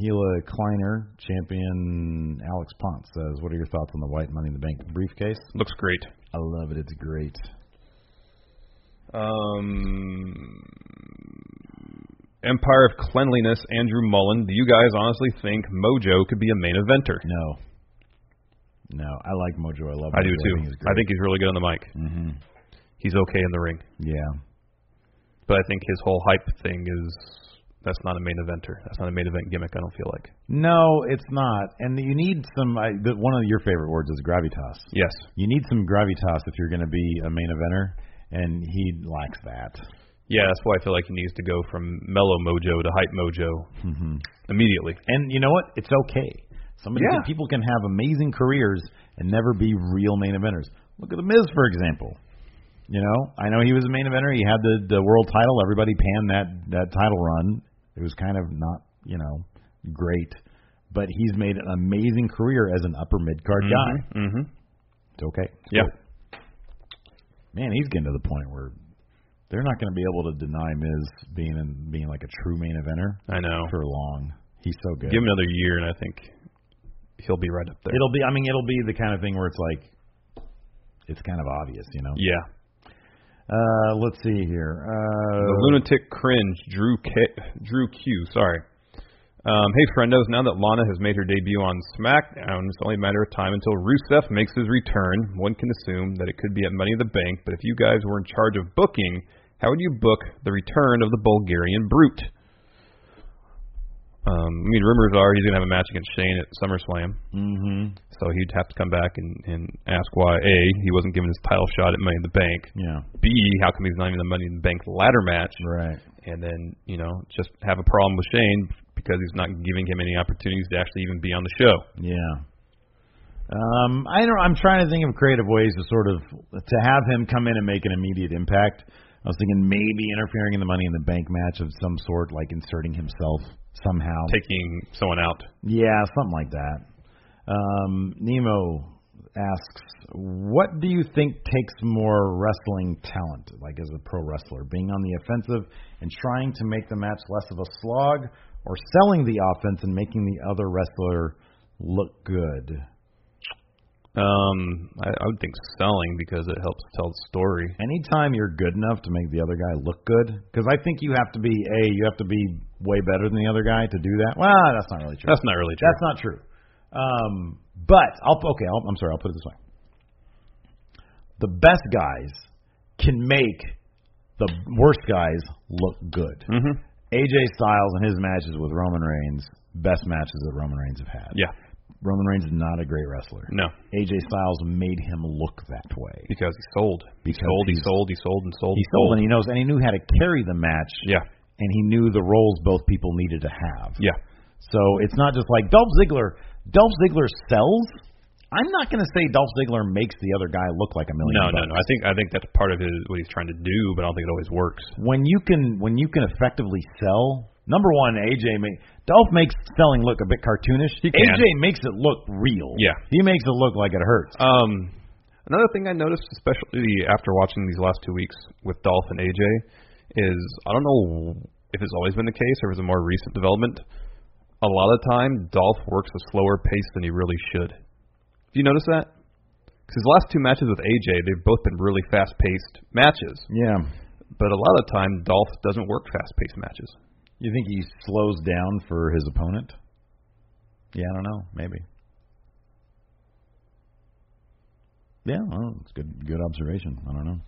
Speaker 1: Gila Kleiner, champion Alex Pont says, "What are your thoughts on the white Money in the Bank briefcase?
Speaker 2: Looks great.
Speaker 1: I love it. It's great.
Speaker 2: Um, Empire of Cleanliness, Andrew Mullen. Do you guys honestly think Mojo could be a main eventer?
Speaker 1: No, no, I like Mojo. I love.
Speaker 2: I do
Speaker 1: Mojo. I
Speaker 2: too.
Speaker 1: think, he's
Speaker 2: I
Speaker 1: great.
Speaker 2: think he's really good on the mic.
Speaker 1: Mhm.
Speaker 2: He's okay in the ring.
Speaker 1: Yeah.
Speaker 2: But I think his whole hype thing is that's not a main eventer. That's not a main event gimmick. I don't feel like.
Speaker 1: No, it's not. And you need some. I, the, one of your favorite words is gravitas.
Speaker 2: Yes.
Speaker 1: You need some gravitas if you're going to be a main eventer, and he lacks that.
Speaker 2: Yeah, that's why I feel like he needs to go from mellow mojo to hype mojo
Speaker 1: Mm-hmm.
Speaker 2: immediately.
Speaker 1: And you know what? It's okay. Somebody
Speaker 2: Yeah.
Speaker 1: people can have amazing careers and never be real main eventers. Look at the Miz, for example. You know, I know he was a main eventer. He had the the world title. Everybody panned that that title run. It was kind of not you know great, but he's made an amazing career as an upper mid card guy.
Speaker 2: Mm-hmm.
Speaker 1: It's okay. It's
Speaker 2: Yeah.
Speaker 1: cool. Man, he's getting to the point where they're not going to be able to deny Miz being in, being like a true main eventer
Speaker 2: I know.
Speaker 1: for long. He's so good.
Speaker 2: Give him another year, and I think he'll be right up there.
Speaker 1: It'll be. I mean, it'll be the kind of thing where it's like, it's kind of obvious, you know.
Speaker 2: yeah.
Speaker 1: Uh, let's see here. Uh,
Speaker 2: The lunatic cringe, Drew K, Drew Q. Sorry. Um, hey, friendos. Now that Lana has made her debut on SmackDown, it's only a matter of time until Rusev makes his return. One can assume that it could be at Money in the Bank, but if you guys were in charge of booking, how would you book the return of the Bulgarian Brute? Um, I mean, rumors are he's gonna have a match against Shane at SummerSlam,
Speaker 1: hmm
Speaker 2: so he'd have to come back and, and ask why a he wasn't given his title shot at Money in the Bank,
Speaker 1: Yeah.
Speaker 2: b how come he's not even in the Money in the Bank ladder match,
Speaker 1: Right.
Speaker 2: and then you know just have a problem with Shane because he's not giving him any opportunities to actually even be on the show.
Speaker 1: Yeah. Um, I don't. I'm trying to think of creative ways to sort of to have him come in and make an immediate impact. I was thinking maybe interfering in the Money in the Bank match of some sort, like inserting himself somehow.
Speaker 2: Taking someone out.
Speaker 1: Yeah, something like that. Um, Nemo asks, "What do you think takes more wrestling talent, like as a pro wrestler, being on the offensive and trying to make the match less of a slog, or selling the offense and making the other wrestler look good?"
Speaker 2: Um, I, I would think selling because it helps tell the story.
Speaker 1: Anytime you're good enough to make the other guy look good, because I think you have to be a, you have to be way better than the other guy to do that. Well, that's not really true.
Speaker 2: That's not really true.
Speaker 1: That's not true. Um, but I'll okay. I'll, I'm sorry. I'll put it this way: the best guys can make the worst guys look good,
Speaker 2: Mhm.
Speaker 1: AJ Styles and his matches with Roman Reigns, best matches that Roman Reigns have had.
Speaker 2: Yeah.
Speaker 1: Roman Reigns is not a great wrestler.
Speaker 2: No,
Speaker 1: AJ Styles made him look that way.
Speaker 2: because he sold. He
Speaker 1: Because
Speaker 2: sold. He
Speaker 1: he's-
Speaker 2: sold. He sold and sold.
Speaker 1: He sold and he knows, and he knew how to carry the match.
Speaker 2: Oh. Yeah.
Speaker 1: And he knew the roles both people needed to have.
Speaker 2: Yeah.
Speaker 1: So it's not just like Dolph Ziggler. Dolph Ziggler sells. I'm not going to say Dolph Ziggler makes the other guy look like a million.
Speaker 2: No, no,
Speaker 1: bucks.
Speaker 2: no. I think I think that's part of his what he's trying to do, but I don't think it always works.
Speaker 1: When you can, when you can effectively sell. Number one, AJ ma- Dolph makes selling look a bit cartoonish.
Speaker 2: can.
Speaker 1: AJ makes it look real.
Speaker 2: Yeah.
Speaker 1: he makes it look like it hurts.
Speaker 2: Um, another thing I noticed, especially after watching these last two weeks with Dolph and AJ, is I don't know if it's always been the case or if it's a more recent development. A lot of the time, Dolph works a slower pace than he really should. Have you noticed that? Because his last two matches with AJ, they've both been really fast-paced matches.
Speaker 1: Yeah,
Speaker 2: But a lot of the time, Dolph doesn't work fast-paced matches.
Speaker 1: you think he slows down for his opponent? Yeah, I don't know. Maybe. Yeah, well, it's good. Good observation. I don't know.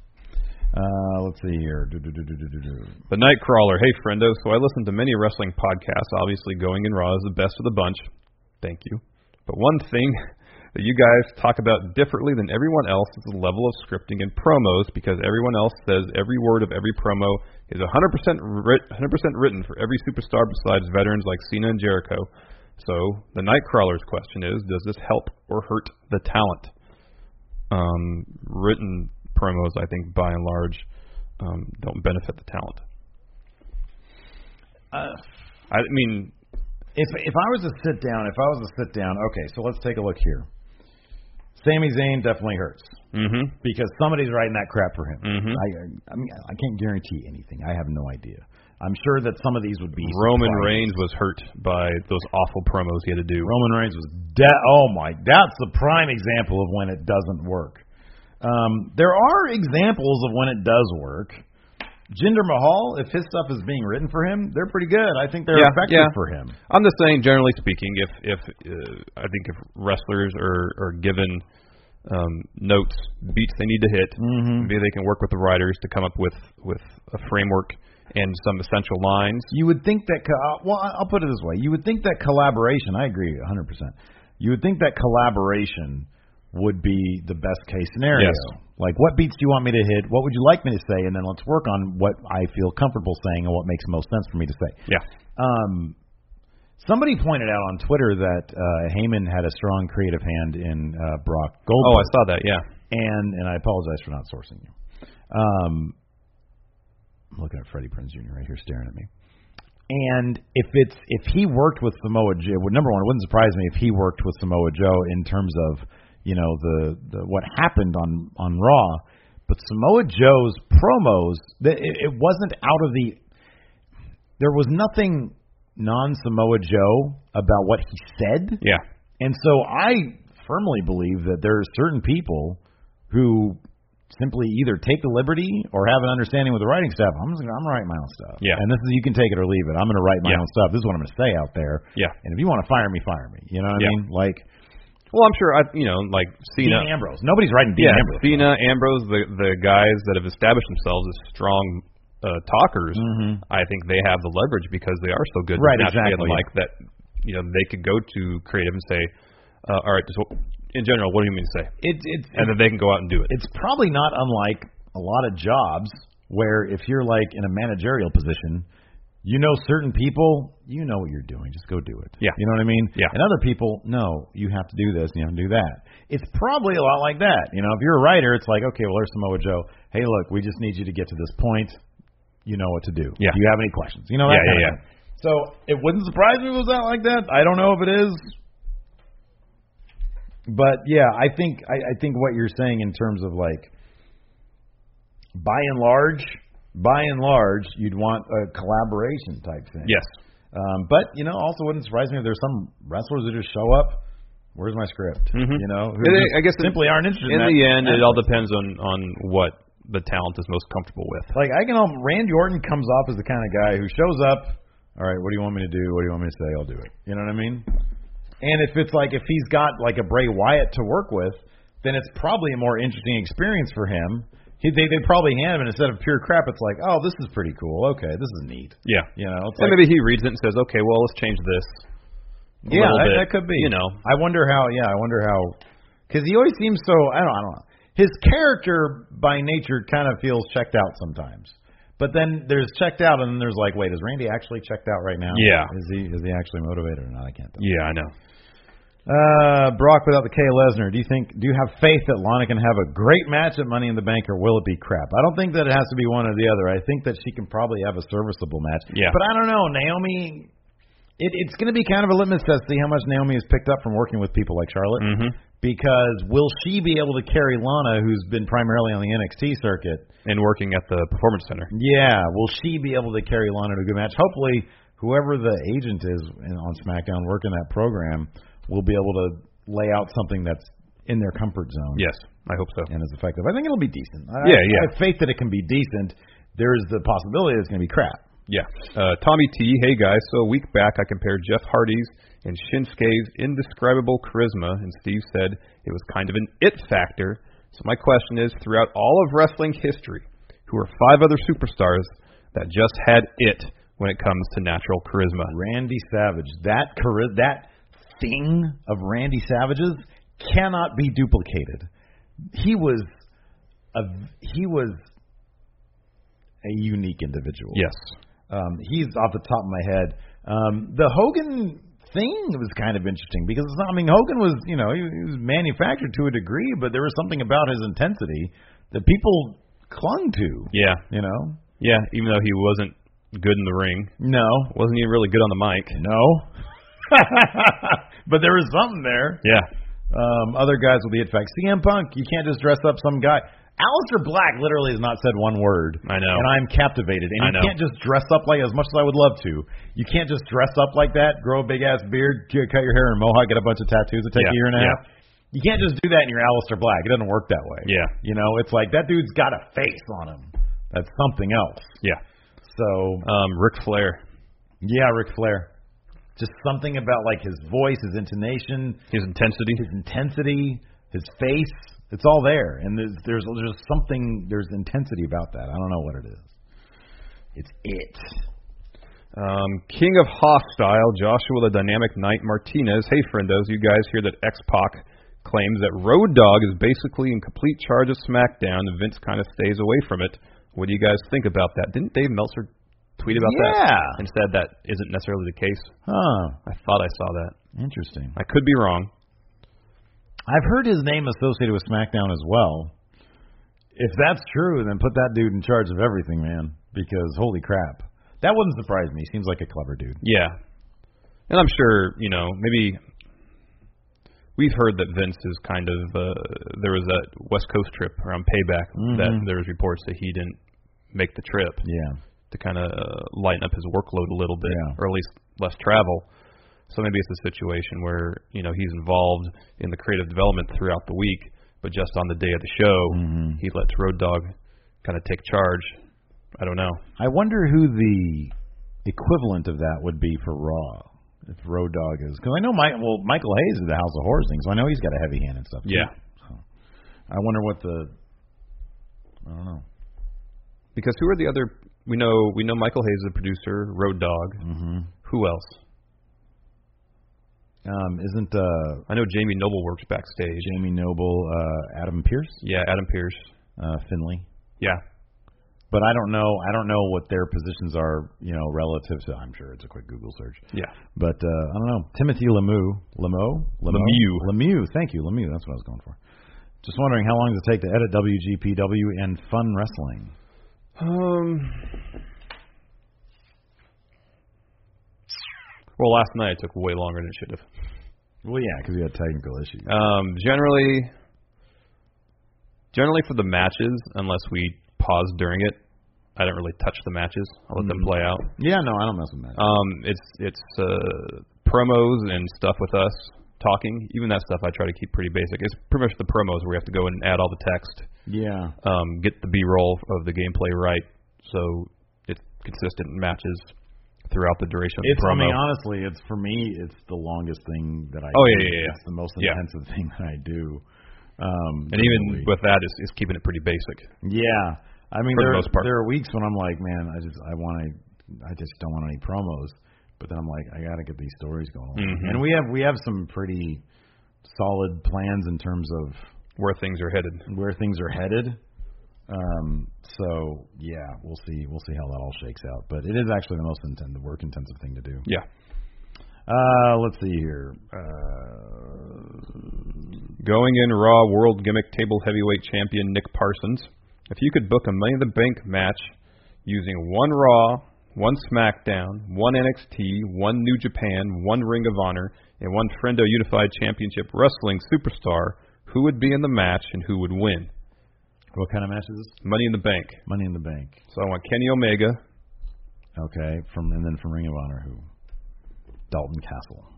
Speaker 1: Uh, let's see here. Do, do, do, do, do, do, do.
Speaker 2: The Nightcrawler. Hey, friendo. So I listen to many wrestling podcasts. Obviously, Going in Raw is the best of the bunch. Thank you. But one thing that you guys talk about differently than everyone else is the level of scripting and promos because everyone else says every word of every promo is 100% writ- 100% written for every superstar besides veterans like Cena and Jericho. So the Nightcrawler's question is, does this help or hurt the talent? Um, written promos, I think, by and large, um, don't benefit the talent. I mean,
Speaker 1: If if I was to sit down, if I was to sit down, okay, so let's take a look here. Sami Zayn definitely hurts
Speaker 2: mm-hmm.
Speaker 1: because somebody's writing that crap for him.
Speaker 2: Mhm.
Speaker 1: I I, mean, I can't guarantee anything. I have no idea. I'm sure that some of these would be
Speaker 2: Roman
Speaker 1: surprises.
Speaker 2: Reigns was hurt by those awful promos he had to do.
Speaker 1: Roman Reigns was de- oh my, that's the prime example of when it doesn't work. Um, there are examples of when it does work. Jinder Mahal, if his stuff is being written for him, they're pretty good. I think they're
Speaker 2: Yeah,
Speaker 1: effective
Speaker 2: yeah.
Speaker 1: for him.
Speaker 2: I'm just saying, generally speaking, if if uh, I think if wrestlers are are given um, notes, beats they need to hit,
Speaker 1: Mhm.
Speaker 2: maybe they can work with the writers to come up with with a framework and some essential lines.
Speaker 1: you would think that co- uh, well I- I'll put it this way you would think that collaboration I agree 100% you would think that collaboration would be the best case scenario
Speaker 2: Yes.
Speaker 1: like what beats do you want me to hit what would you like me to say and then let's work on what I feel comfortable saying and what makes most sense for me to say
Speaker 2: Yeah,
Speaker 1: um somebody pointed out on Twitter that uh Heyman had a strong creative hand in uh Brock Goldberg
Speaker 2: Oh, I saw that. Yeah.
Speaker 1: and and I apologize for not sourcing you. Um, I'm looking at Freddie Prinze Jr. right here staring at me. And if it's if he worked with Samoa Joe, well, number one, it wouldn't surprise me if he worked with Samoa Joe in terms of you know the, the what happened on on Raw. But Samoa Joe's promos, th- it, it wasn't out of the. There was nothing non Samoa Joe about what he said.
Speaker 2: Yeah.
Speaker 1: And so I firmly believe that there are certain people who simply either take the liberty or have an understanding with the writing staff. I'm just gonna, I'm gonna write my own stuff.
Speaker 2: Yeah.
Speaker 1: And this is you can take it or leave it. I'm gonna write my
Speaker 2: Yeah.
Speaker 1: own stuff. This is what I'm gonna say out there.
Speaker 2: Yeah.
Speaker 1: And if you want to fire me, fire me. You know what
Speaker 2: Yeah.
Speaker 1: I mean? Like
Speaker 2: Well, I'm sure I, you know, like
Speaker 1: Dean
Speaker 2: Cena.
Speaker 1: Ambrose. Nobody's writing Dean
Speaker 2: yeah,
Speaker 1: Ambrose.
Speaker 2: Cena, Ambrose, the the guys that have established themselves as strong uh, talkers.
Speaker 1: Mhm.
Speaker 2: I think they have the leverage because they are so good
Speaker 1: Right,
Speaker 2: naturally
Speaker 1: exactly,
Speaker 2: on the mic that you know they could go to creative and say, uh, all right, just what, in general, what do you mean to say?
Speaker 1: It, it's
Speaker 2: And then they can go out and do it.
Speaker 1: it's probably not unlike a lot of jobs where if you're like in a managerial position, you know certain people, you know what you're doing, just go do it.
Speaker 2: Yeah.
Speaker 1: You know what I mean?
Speaker 2: Yeah.
Speaker 1: And other people, no, you have to do this and you have to do that. It's probably a lot like that. You know, if you're a writer, it's like, okay, well there's Samoa Joe. Hey look, we just need you to get to this point. You know what to do.
Speaker 2: Yeah.
Speaker 1: Do you have any questions? You know that
Speaker 2: Yeah,
Speaker 1: kind
Speaker 2: yeah,
Speaker 1: of thing. So it wouldn't surprise me if it was out like that. I don't know if it is. But yeah, I think I, I think what you're saying in terms of like by and large, by and large, you'd want a collaboration type thing.
Speaker 2: yes.
Speaker 1: Um, but you know, also wouldn't surprise me if there's some wrestlers who just show up. Where's my script?
Speaker 2: Mhm.
Speaker 1: You know, who
Speaker 2: It-
Speaker 1: just
Speaker 2: I guess it-
Speaker 1: simply aren't interested.
Speaker 2: In
Speaker 1: that-
Speaker 2: the end,
Speaker 1: that-
Speaker 2: it all depends on on what the talent is most comfortable with.
Speaker 1: Like I can, all, Randy Orton comes off as the kind of guy who shows up. All right, what do you want me to do? What do you want me to say? I'll do it. You know what I mean? And if it's like if he's got like a Bray Wyatt to work with, then it's probably a more interesting experience for him He, they they probably hand him, and instead of pure crap, it's like, oh, this is pretty cool. Okay, this is neat.
Speaker 2: Yeah.
Speaker 1: You know, it's
Speaker 2: And
Speaker 1: like,
Speaker 2: maybe he reads it and says, okay, well, let's change this. a
Speaker 1: yeah,
Speaker 2: little
Speaker 1: that,
Speaker 2: bit,
Speaker 1: that could be.
Speaker 2: You know,
Speaker 1: I wonder how. Yeah, I wonder how. Because he always seems so. I don't. I don't know. His character by nature kind of feels checked out sometimes. But then there's checked out, and then there's like, wait, is Randy actually checked out right now?
Speaker 2: Yeah.
Speaker 1: Is he is he actually motivated or not? I can't tell.
Speaker 2: yeah, I know.
Speaker 1: Uh, Brock without the K Lesnar. Do you think? Do you have faith that Lana can have a great match at Money in the Bank, or will it be crap? I don't think that it has to be one or the other. I think that she can probably have a serviceable match.
Speaker 2: Yeah.
Speaker 1: But I don't know, Naomi. It, it's going to be kind of a litmus test to see how much Naomi has picked up from working with people like Charlotte.
Speaker 2: Mhm.
Speaker 1: Because will she be able to carry Lana, who's been primarily on the NXT circuit?
Speaker 2: And working at the performance center.
Speaker 1: Yeah, will she be able to carry Lana to a good match? Hopefully, whoever the agent is in, on SmackDown working that program will be able to lay out something that's in their comfort zone.
Speaker 2: Yes, I hope so.
Speaker 1: And is effective. I think it'll be decent. I-
Speaker 2: Yeah,
Speaker 1: I,
Speaker 2: yeah.
Speaker 1: I have faith that it can be decent. There's the possibility that it's going to be crap.
Speaker 2: Yeah. Uh, Tommy T. Hey guys. So a week back, I compared Jeff Hardy's and Shinsuke's indescribable charisma, and Steve said it was kind of an it factor. So my question is, throughout all of wrestling history, who are five other superstars that just had it when it comes to natural charisma?
Speaker 1: Randy Savage, that chari- that thing of Randy Savage's cannot be duplicated. He was a he was a unique individual.
Speaker 2: Yes.
Speaker 1: Um, he's off the top of my head. Um, the Hogan thing was kind of interesting because it's not, I mean Hogan was you know he, he was manufactured to a degree, but there was something about his intensity that people clung to.
Speaker 2: Yeah.
Speaker 1: You know,
Speaker 2: Yeah. Even though he wasn't good in the ring,
Speaker 1: no,
Speaker 2: wasn't even really good on the mic.
Speaker 1: no, but there was something there.
Speaker 2: Yeah.
Speaker 1: Um, other guys will be at fact. CM Punk, you can't just dress up some guy. Alistair Black literally has not said one word.
Speaker 2: I know.
Speaker 1: And I'm captivated. And
Speaker 2: I
Speaker 1: you
Speaker 2: know.
Speaker 1: can't just dress up like as much as I would love to. You can't just dress up like that, grow a big ass beard, get- cut your hair in a mohawk, get a bunch of tattoos that take
Speaker 2: Yeah,
Speaker 1: a year and a
Speaker 2: yeah.
Speaker 1: half. You can't just do that and you're Alistair Black. It doesn't work that way.
Speaker 2: Yeah.
Speaker 1: You know, it's like that dude's got a face on him. That's something else.
Speaker 2: Yeah.
Speaker 1: So
Speaker 2: Um, Ric Flair.
Speaker 1: yeah, Ric Flair. Just something about like his voice, his intonation,
Speaker 2: His intensity.
Speaker 1: his intensity, his face, it's all there. And there's there's there's something there's intensity about that. I don't know what it is. It's it.
Speaker 2: Um, King of Hostile, Joshua the Dynamic Knight Martinez. Hey, friendos, you guys hear that X Pac claims that Road Dog is basically in complete charge of SmackDown and Vince kind of stays away from it. What do you guys think about that? Didn't Dave Meltzer tweet about that?
Speaker 1: Yeah.
Speaker 2: And said that isn't necessarily the case.
Speaker 1: Huh.
Speaker 2: I thought I saw that.
Speaker 1: Interesting.
Speaker 2: I could be wrong.
Speaker 1: I've heard his name associated with SmackDown as well. If that's true, then put that dude in charge of everything, man. Because holy crap. That wouldn't surprise me. He seems like a clever dude.
Speaker 2: Yeah. And I'm sure, you know, maybe we've heard that Vince is kind of uh, there was that West Coast trip around payback that there was reports that he didn't make the trip
Speaker 1: Yeah.
Speaker 2: to kind of lighten up his workload a little bit
Speaker 1: Yeah.
Speaker 2: or at least less travel. So maybe it's a situation where, you know, he's involved in the creative development throughout the week, but just on the day of the show, he lets Road Dog kind of take charge. I don't know.
Speaker 1: I wonder who the equivalent of that would be for Raw if Road Dog is because I know Mike. Well, Michael Hayes is the House of Horrors thing, so I know he's got a heavy hand and stuff. too.
Speaker 2: Yeah.
Speaker 1: So, I wonder what the. I don't know.
Speaker 2: Because who are the other? We know we know Michael Hayes is a producer, Road Dog. Mm-hmm. Who else?
Speaker 1: Um, isn't uh,
Speaker 2: I know Jamie Noble works backstage.
Speaker 1: Jamie Noble, uh, Adam Pierce,
Speaker 2: Yeah, Adam Pierce.
Speaker 1: uh, Finley?
Speaker 2: Yeah,
Speaker 1: But I don't know. I don't know what their positions are. You know, relative to. I'm sure it's a quick Google search.
Speaker 2: yeah.
Speaker 1: But uh, I don't know. Timothy Lemieux, Lemo,
Speaker 2: Lemieux.
Speaker 1: Lemieux. Thank you, Lemieux. That's what I was going for. Just wondering how long does it take to edit WGPW and Fun Wrestling?
Speaker 2: Um. Well, last night it took way longer than it should have.
Speaker 1: Well, yeah, because we had technical issues.
Speaker 2: Um, generally, generally for the matches, unless we pause during it, I don't really touch the matches. I let them play out.
Speaker 1: yeah, no, I don't mess with that.
Speaker 2: Um, it's it's uh, promos and stuff with us talking. Even that stuff I try to keep pretty basic. It's pretty much the promos where we have to go in and add all the text,
Speaker 1: yeah,
Speaker 2: um, get the B-roll of the gameplay right, so it's consistent in matches throughout the duration of
Speaker 1: it's.
Speaker 2: the
Speaker 1: I
Speaker 2: promo.
Speaker 1: mean, honestly, it's for me. It's the longest thing that I.
Speaker 2: Oh,
Speaker 1: do.
Speaker 2: yeah, yeah, yeah.
Speaker 1: It's the most
Speaker 2: Yeah.
Speaker 1: intensive thing that I do. Um,
Speaker 2: And even with that, is is keeping it pretty basic.
Speaker 1: Yeah, I mean,
Speaker 2: For the
Speaker 1: there,
Speaker 2: most part.
Speaker 1: there are weeks when I'm like, man, I just I want to, I just don't want any promos. But then I'm like, I gotta get these stories going.
Speaker 2: Mhm.
Speaker 1: And we have we have some pretty solid plans in terms of
Speaker 2: Where things are headed.
Speaker 1: where things are headed. Um, so yeah, we'll see we'll see how that all shakes out. But it is actually the most inten- the work intensive thing to do.
Speaker 2: Yeah.
Speaker 1: Uh, let's see here. Uh,
Speaker 2: Going in Raw World Gimmick Table Heavyweight Champion Nick Parsons. If you could book a Money in the Bank match using one Raw, one SmackDown, one NXT, one New Japan, one Ring of Honor, and one Frendo Unified Championship Wrestling superstar, who would be in the match and who would win?
Speaker 1: what kind of match is this?
Speaker 2: Money in the Bank.
Speaker 1: Money in the Bank.
Speaker 2: So I want Kenny Omega,
Speaker 1: Okay, from and then from Ring of Honor, who Dalton Castle,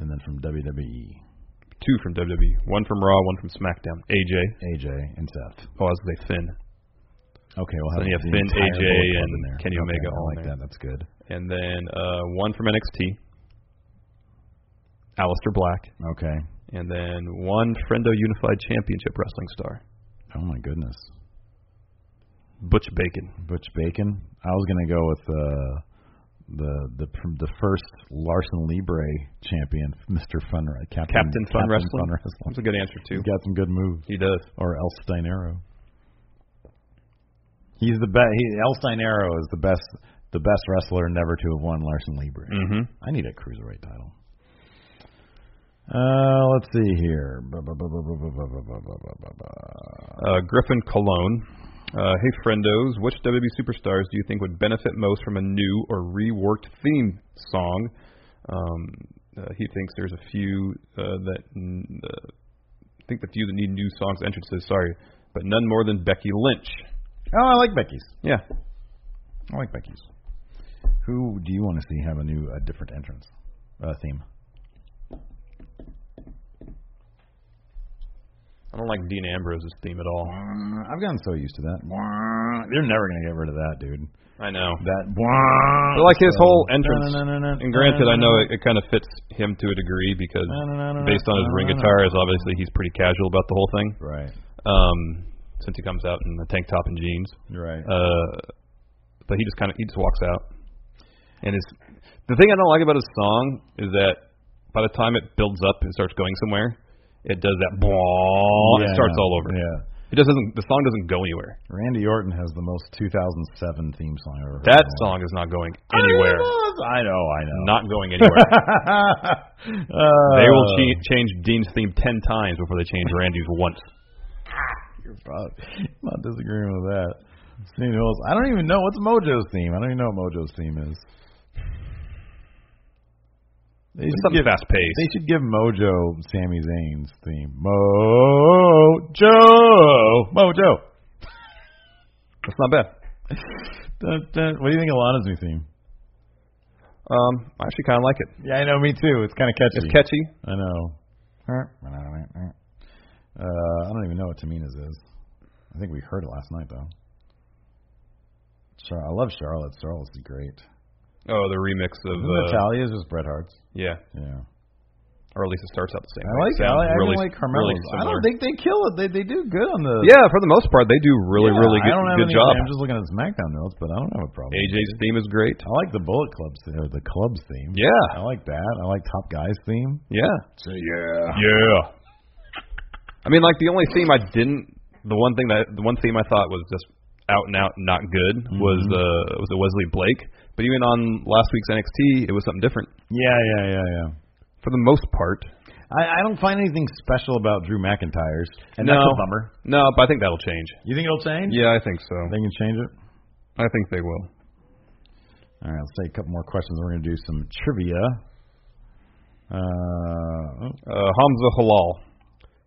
Speaker 1: and then from E, WWE,
Speaker 2: two from WWE, one from Raw, one from SmackDown. AJ,
Speaker 1: AJ and Seth.
Speaker 2: oh, I was gonna say Finn,
Speaker 1: Okay, we'll
Speaker 2: So
Speaker 1: have
Speaker 2: you have
Speaker 1: the
Speaker 2: Finn,
Speaker 1: entire Bullet
Speaker 2: AJ,
Speaker 1: Club
Speaker 2: and
Speaker 1: in there.
Speaker 2: Kenny
Speaker 1: Okay,
Speaker 2: Omega
Speaker 1: I
Speaker 2: all
Speaker 1: like
Speaker 2: there.
Speaker 1: that. That's good.
Speaker 2: and then uh, one from NXT, Alistair Black.
Speaker 1: Okay.
Speaker 2: and then one Frendo Unified Championship wrestling star,
Speaker 1: Oh my goodness,
Speaker 2: Butch Bacon.
Speaker 1: Butch Bacon. I was gonna go with uh, the the pr- the first Larson Libre champion, Mr. Fun, Captain
Speaker 2: Captain Fun
Speaker 1: Captain
Speaker 2: Wrestling.
Speaker 1: Fun Wrestling.
Speaker 2: That's a good answer too.
Speaker 1: He's got some good moves.
Speaker 2: He does.
Speaker 1: or El Steinero. He's the best. He, El Steinero is the best, the best wrestler never to have won Larson Libre.
Speaker 2: Mm-hmm.
Speaker 1: I need a cruiserweight title. Uh, let's see here. Ba- ba- ba- ba- ba- ba- ba- ba- ba- ba- ba- ba- ba.
Speaker 2: Uh, Griffin Cologne. Uh, hey friendos, which WWE superstars do you think would benefit most from a new or reworked theme song? Um, uh, he thinks there's a few uh, that n- uh, think the few that need new songs entrances. Sorry, but none more than Becky Lynch.
Speaker 1: Oh, I like Becky's.
Speaker 2: Yeah,
Speaker 1: I like Becky's. Who do you want to see have a new, a different entrance uh, theme?
Speaker 2: I don't like Dean Ambrose's theme at all.
Speaker 1: I've gotten so used to that. They're never gonna get rid of that, dude.
Speaker 2: I know.
Speaker 1: That.
Speaker 2: But like his
Speaker 1: So-
Speaker 2: whole entrance.
Speaker 1: No, no, no, no, no.
Speaker 2: And granted,
Speaker 1: No, no,
Speaker 2: I know
Speaker 1: no, no.
Speaker 2: it, it kind of fits him to a degree because
Speaker 1: No, no, no, no, no.
Speaker 2: based on his
Speaker 1: No,
Speaker 2: ring
Speaker 1: no, no.
Speaker 2: attire, is obviously he's pretty casual about the whole thing.
Speaker 1: Right.
Speaker 2: Um, since he comes out in a tank top and jeans,
Speaker 1: Right.
Speaker 2: uh, but he just kind of he just walks out. And his the thing I don't like about his song is that by the time it builds up and starts going somewhere, it does that. blah
Speaker 1: Yeah,
Speaker 2: it
Speaker 1: I
Speaker 2: starts
Speaker 1: know.
Speaker 2: all over.
Speaker 1: Yeah.
Speaker 2: It just doesn't. The song doesn't go anywhere.
Speaker 1: Randy Orton has the most 2007 theme song I've ever heard. in
Speaker 2: That
Speaker 1: my life.
Speaker 2: song is not going anywhere.
Speaker 1: I know, I know.
Speaker 2: Not going anywhere.
Speaker 1: uh,
Speaker 2: They will che- change Dean's theme ten times before they change Randy's once.
Speaker 1: You're probably not disagreeing with that. Steve Willis- I don't even know what's Mojo's theme. I don't even know what Mojo's theme is. They
Speaker 2: It's
Speaker 1: should,
Speaker 2: something
Speaker 1: give,
Speaker 2: fast paced.
Speaker 1: they should give Mojo Sami Zayn's theme. Mojo, Mojo.
Speaker 2: That's not bad.
Speaker 1: Dun, dun. What do you think of Lana's new theme?
Speaker 2: Um, I actually kind of like it.
Speaker 1: Yeah, I know, me too. It's kind of catchy.
Speaker 2: It's catchy.
Speaker 1: I know. Uh, I don't even know what Tamina's is. I think we heard it last night though. Char- I love Charlotte. Charlotte's great.
Speaker 2: Oh, the remix of
Speaker 1: Isn't
Speaker 2: uh,
Speaker 1: Natalia's just Bret Hart's?
Speaker 2: yeah,
Speaker 1: Yeah.
Speaker 2: or at least it starts out the same.
Speaker 1: I
Speaker 2: way.
Speaker 1: like
Speaker 2: It sounds
Speaker 1: I, like- I
Speaker 2: really,
Speaker 1: really like Carmelo's.
Speaker 2: really
Speaker 1: I
Speaker 2: similar.
Speaker 1: don't think they kill it. They they do good on the
Speaker 2: yeah, for the most part, they do really,
Speaker 1: Yeah,
Speaker 2: really
Speaker 1: I
Speaker 2: good,
Speaker 1: don't have
Speaker 2: good
Speaker 1: any-
Speaker 2: job.
Speaker 1: I'm just looking at SmackDown notes, but I don't have a problem.
Speaker 2: AJ's theme is great.
Speaker 1: I like the Bullet Club's theme, or the club's theme. I
Speaker 2: Yeah,
Speaker 1: like that. I like Top Guy's theme.
Speaker 2: yeah,
Speaker 1: So yeah.
Speaker 2: yeah. I mean, like the only theme I didn't, the one thing that the one theme I thought was just out and out not good was uh was the Wesley Blake. But even on last week's NXT, it was something different.
Speaker 1: Yeah, yeah, yeah, yeah.
Speaker 2: for the most part.
Speaker 1: I, I don't find anything special about Drew McIntyre's, and
Speaker 2: No.
Speaker 1: that's a bummer.
Speaker 2: No, but I think that'll change.
Speaker 1: You think it'll change?
Speaker 2: Yeah, I think so.
Speaker 1: They can change it.
Speaker 2: I think they will.
Speaker 1: All right, let's take a couple more questions. We're going to do some trivia. Uh, oh,
Speaker 2: Uh, Hamza Halal.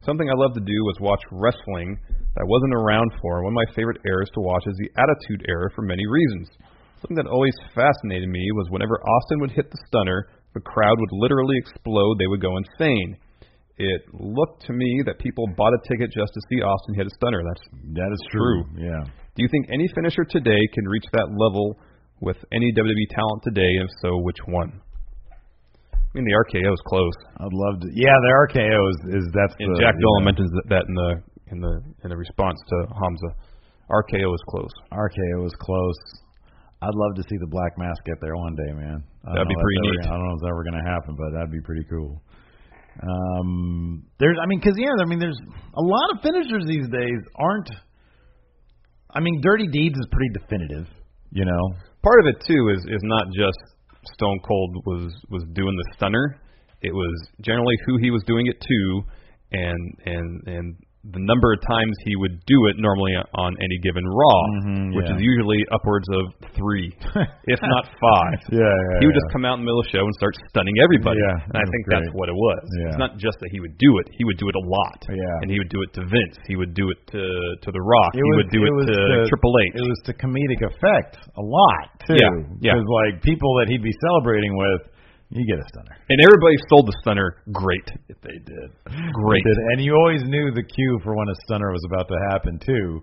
Speaker 2: Something I love to do was watch wrestling that I wasn't around for. One of my favorite eras to watch is the Attitude Era for many reasons. Something that always fascinated me was whenever Austin would hit the stunner, the crowd would literally explode. They would go insane. It looked to me that people bought a ticket just to see Austin hit a stunner. That's
Speaker 1: that is
Speaker 2: True.
Speaker 1: true. Yeah.
Speaker 2: Do you think any finisher today can E reach that level with any WWE talent today? If so, which one? I mean, the RKO is close,
Speaker 1: I'd love to. Yeah, the RKO is, is that's
Speaker 2: and
Speaker 1: the,
Speaker 2: Jack
Speaker 1: yeah.
Speaker 2: Dolan mentions that- that in the in the in the response to Hamza. RKO is close.
Speaker 1: RKO was close. I'd love to see the Black Mask get there one day, man. I don't
Speaker 2: That'd be
Speaker 1: know if
Speaker 2: pretty
Speaker 1: that's ever-
Speaker 2: neat.
Speaker 1: I don't know if it's ever going to happen, but that'd be pretty cool. Um, there's, I mean, because yeah, I mean, there's a lot of finishers these days aren't. I mean, Dirty Deeds is pretty definitive, you know.
Speaker 2: Part of it too is is not just Stone Cold was was doing the stunner. It was generally who he was doing it to, and and and the number of times he would do it normally on any given Raw,
Speaker 1: Mhm,
Speaker 2: which
Speaker 1: yeah.
Speaker 2: is usually upwards of three, if not five.
Speaker 1: Yeah, yeah.
Speaker 2: he would just come out in the middle of the show and start stunning everybody.
Speaker 1: Yeah,
Speaker 2: and I
Speaker 1: that's
Speaker 2: think that's
Speaker 1: great.
Speaker 2: what it was.
Speaker 1: Yeah.
Speaker 2: It's not just that he would do it; he would do it a lot.
Speaker 1: Yeah.
Speaker 2: and he would do it to Vince. He would do it to to The Rock.
Speaker 1: It
Speaker 2: he
Speaker 1: was-
Speaker 2: would do it,
Speaker 1: was
Speaker 2: to, Triple H.
Speaker 1: It was to comedic effect a lot too.
Speaker 2: Yeah, yeah.
Speaker 1: Because like people that he'd be celebrating with, you get a stunner.
Speaker 2: and everybody sold the stunner. Great,
Speaker 1: They did.
Speaker 2: great.
Speaker 1: They did. And you always knew the cue for when a stunner was about to happen too,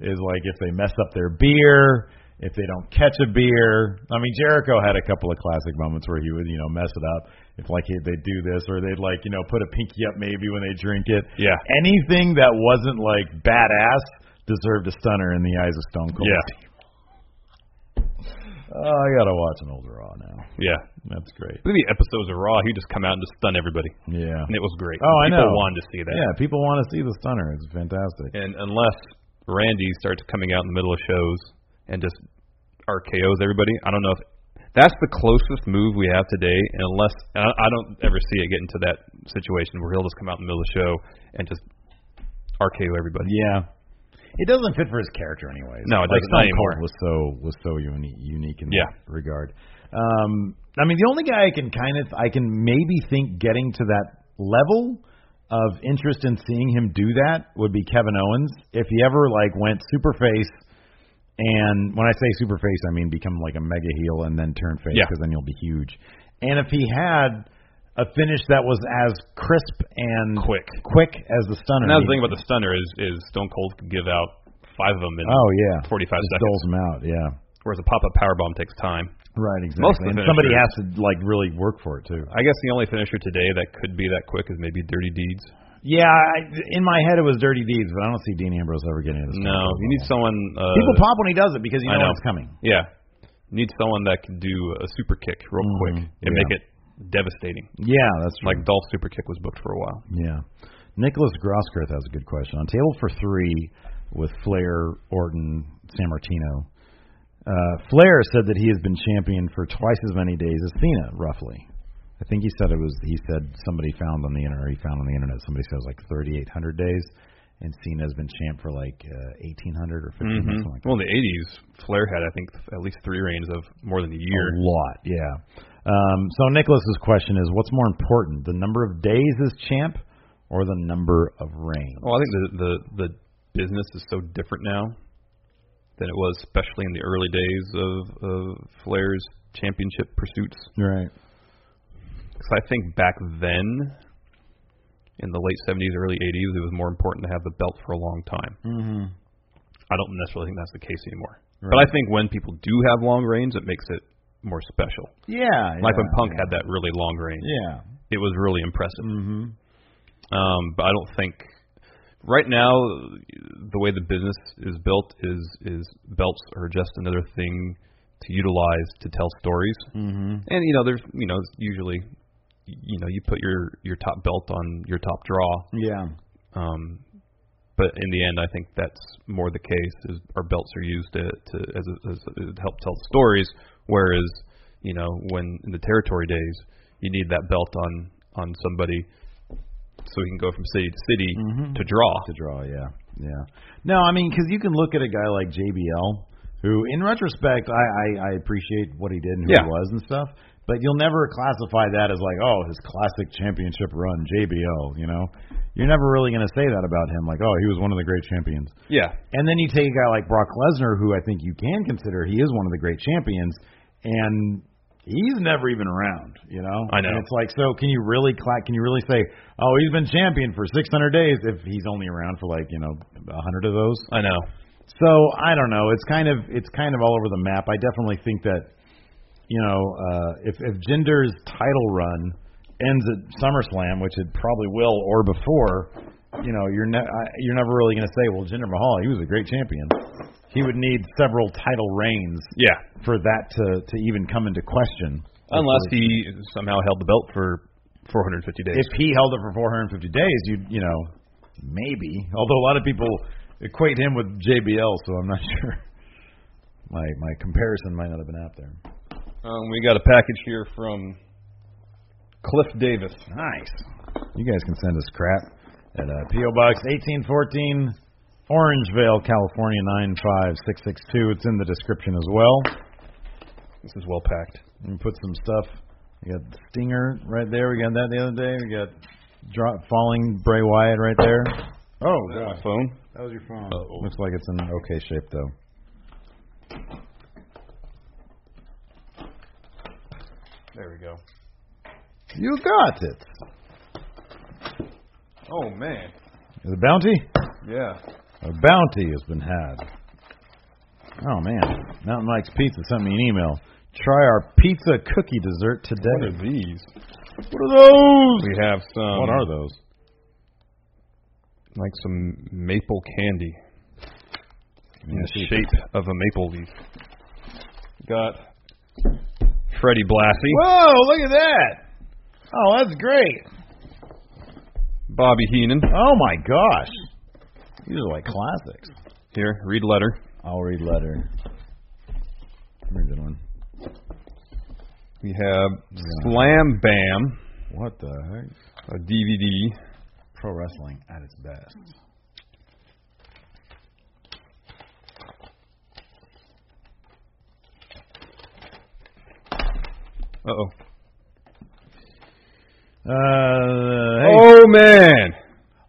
Speaker 1: is like if they mess up their beer, if they don't catch a beer. I mean, Jericho had a couple of classic moments where he would, you know, mess it up. If like he- they'd do this or they'd like, you know, put a pinky up maybe when they drink it.
Speaker 2: Yeah.
Speaker 1: Anything that wasn't like badass deserved a stunner in the eyes of Stone Cold.
Speaker 2: Yeah,
Speaker 1: Oh, I gotta watch an old Raw now.
Speaker 2: yeah.
Speaker 1: That's great.
Speaker 2: Maybe episodes of Raw, he'd just come out and just stun everybody,
Speaker 1: Yeah.
Speaker 2: and it was great.
Speaker 1: Oh, I
Speaker 2: People
Speaker 1: know.
Speaker 2: wanted to see that.
Speaker 1: Yeah, people want to see the stunner. It's fantastic.
Speaker 2: And unless Randy starts coming out in the middle of shows and just RKO's everybody, I don't know if that's the closest move we have today. And unless and I, I don't ever see it getting to that situation where he'll just come out in the middle of the show and just RKO everybody.
Speaker 1: Yeah. It doesn't fit for his character, anyways.
Speaker 2: No, it
Speaker 1: like, Stone
Speaker 2: doesn't
Speaker 1: Cold
Speaker 2: anymore.
Speaker 1: was so was so unique, unique in
Speaker 2: Yeah.
Speaker 1: that regard. Um, I mean, the only guy I can kind of I can maybe think getting to that level of interest in seeing him do that would be Kevin Owens if he ever like went super face. And when I say super face, I mean become like a mega heel and then turn face
Speaker 2: Yeah.
Speaker 1: because then you'll be huge. And if he had a finish that was as crisp and
Speaker 2: Quick.
Speaker 1: quick as the stunner,
Speaker 2: And that's the
Speaker 1: he-
Speaker 2: thing about the stunner is is Stone Cold could give out five of them in
Speaker 1: Oh yeah,
Speaker 2: 45
Speaker 1: Just
Speaker 2: seconds.
Speaker 1: doles them out. Yeah,
Speaker 2: whereas a pop up power bomb takes time.
Speaker 1: right. Exactly.
Speaker 2: Most of the
Speaker 1: and somebody
Speaker 2: finishers-
Speaker 1: has to like really work for it too.
Speaker 2: I guess the only finisher today that could be that quick is maybe Dirty Deeds.
Speaker 1: Yeah, I, in my head it was Dirty Deeds, but I don't see Dean Ambrose ever getting into this.
Speaker 2: No,
Speaker 1: kind of
Speaker 2: you need
Speaker 1: level.
Speaker 2: someone. Uh,
Speaker 1: People pop when he does it because you
Speaker 2: I
Speaker 1: know,
Speaker 2: know.
Speaker 1: it's coming.
Speaker 2: Yeah. Need someone that can do a super kick real
Speaker 1: Mhm,
Speaker 2: quick
Speaker 1: yeah.
Speaker 2: and make it devastating.
Speaker 1: Yeah, that's true.
Speaker 2: Like Dolph's super kick was booked for a while.
Speaker 1: yeah. Nicholas Groskirth has a good question on table for three with Flair, Orton, San Martino. Uh, Flair said that he has been champion for twice as many days as Cena, roughly. I think he said it was. He said somebody found on the internet. He found on the internet. Somebody said it was like 3,800 days, and Cena has been champ for like uh, 1,800 or 1,500. something like that.
Speaker 2: Mm-hmm. Well, in the 80s, Flair had, I think, at least three reigns of more than a year.
Speaker 1: A lot, yeah. Um, so Nicholas's question is, what's more important, the number of days as champ or the number of reigns?
Speaker 2: Well, I think the, the, the business is so different now than it was, especially in the early days of, of Flair's championship pursuits.
Speaker 1: Right.
Speaker 2: Because I think back then, in the late 70s, early 80s, it was more important to have the belt for a long time.
Speaker 1: Mm-hmm.
Speaker 2: I don't necessarily think that's the case anymore. But
Speaker 1: Right.
Speaker 2: I think when people do have long reigns, it makes it more special.
Speaker 1: Yeah. yeah,
Speaker 2: Like when Punk
Speaker 1: yeah.
Speaker 2: had that really long reign,
Speaker 1: Yeah.
Speaker 2: it was really impressive.
Speaker 1: Mm-hmm.
Speaker 2: Um, but I don't think right now the way the business is built is is belts are just another thing to utilize to tell stories.
Speaker 1: Mm-hmm.
Speaker 2: And you know, there's you know usually you know you put your your top belt on your top draw.
Speaker 1: Yeah.
Speaker 2: Um, but in the end, I think that's more the case. Is our belts are used to, to as, a, as a, to help tell stories, whereas you know when in the territory days, you need that belt on on somebody so he can go from city to city to draw.
Speaker 1: To draw, yeah. Yeah. No, I mean, because you can look at a guy like JBL, who, in retrospect, I, I, I appreciate what he did and who
Speaker 2: Yeah.
Speaker 1: he was and stuff, but you'll never classify that as like, oh, his classic championship run, JBL, you know? You're never really going to say that about him, like, oh, he was one of the great champions.
Speaker 2: Yeah,
Speaker 1: And then you take a guy like Brock Lesnar, who I think you can consider he is one of the great champions, and he's never even around. You know,
Speaker 2: I know.
Speaker 1: And it's like, so can you really cla Can you really say, oh, he's been champion for 600 days if he's only around for like you know 100 of those?
Speaker 2: I know.
Speaker 1: So I don't know. It's kind of it's kind of all over the map. I definitely think that you know uh, if if Jinder's title run ends at SummerSlam, which it probably will or before, you know, you're ne- I- you're never really going to say, well, Jinder Mahal, he was a great champion. He would need several title reigns
Speaker 2: Yeah,
Speaker 1: for that to to even come into question.
Speaker 2: unless he somehow held the belt for 450 days.
Speaker 1: if he held it for 450 days, you you know, maybe. Although a lot of people equate him with JBL, so I'm not sure. My my comparison might not have been out there.
Speaker 2: Um, we got a package here from Cliff Davis.
Speaker 1: Nice. You guys can send us crap at uh, PO Box 1814, Orangevale, California 95662. It's in the description as well.
Speaker 2: This is well packed.
Speaker 1: We put some stuff. We got the Stinger right there. We got that the other day. We got drop falling Bray Wyatt right there. Oh, God.
Speaker 2: Phone.
Speaker 1: That was your phone.
Speaker 2: Uh-oh.
Speaker 1: Looks like it's in okay shape though.
Speaker 2: There we go.
Speaker 1: You got it.
Speaker 2: Oh man.
Speaker 1: The bounty?
Speaker 2: Yeah.
Speaker 1: A bounty has been had. Oh man. Mountain Mike's Pizza sent me an email. Try our pizza cookie dessert
Speaker 2: What are
Speaker 1: today.
Speaker 2: these?
Speaker 1: What are those?
Speaker 2: We have some.
Speaker 1: What are those?
Speaker 2: Like some maple candy in
Speaker 1: Yeah,
Speaker 2: the
Speaker 1: see.
Speaker 2: shape of a maple leaf. Got Freddie Blassie,
Speaker 1: Whoa, look at that. Oh, that's great.
Speaker 2: Bobby Heenan.
Speaker 1: Oh my gosh. These are like classics.
Speaker 2: Here, read letter.
Speaker 1: I'll read letter. Read that one.
Speaker 2: We have Slam Bam,
Speaker 1: What the heck?
Speaker 2: a DVD.
Speaker 1: Pro wrestling at its best.
Speaker 2: Uh oh.
Speaker 1: Uh, hey.
Speaker 2: Oh man,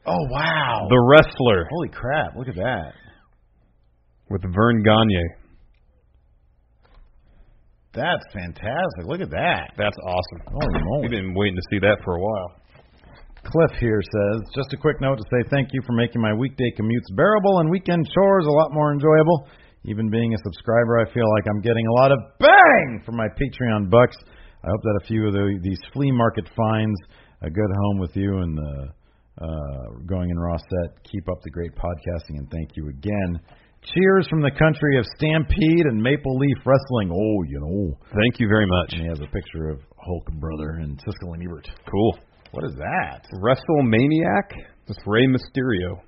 Speaker 1: oh wow.
Speaker 2: the wrestler
Speaker 1: Holy crap, look at that.
Speaker 2: with Vern Gagne.
Speaker 1: That's fantastic. Look at that.
Speaker 2: That's awesome.
Speaker 1: Holy
Speaker 2: We've
Speaker 1: moly.
Speaker 2: been waiting to see that for a while.
Speaker 1: Cliff here says, just a quick note to say thank you for making my weekday commutes bearable and weekend chores a lot more enjoyable. Even being a subscriber, I feel like I'm getting a lot of bang for my Patreon bucks. I hope that a few of the, these flea market finds a good home with you and the uh, Going in Raw set. Keep up the great podcasting and thank you again. Cheers from the country of Stampede and Maple Leaf Wrestling. Oh, you know.
Speaker 2: Thank you very much.
Speaker 1: And he has a picture of Hulk brother and Siskel and Ebert.
Speaker 2: Cool.
Speaker 1: What is that?
Speaker 2: WrestleManiac with Rey Mysterio.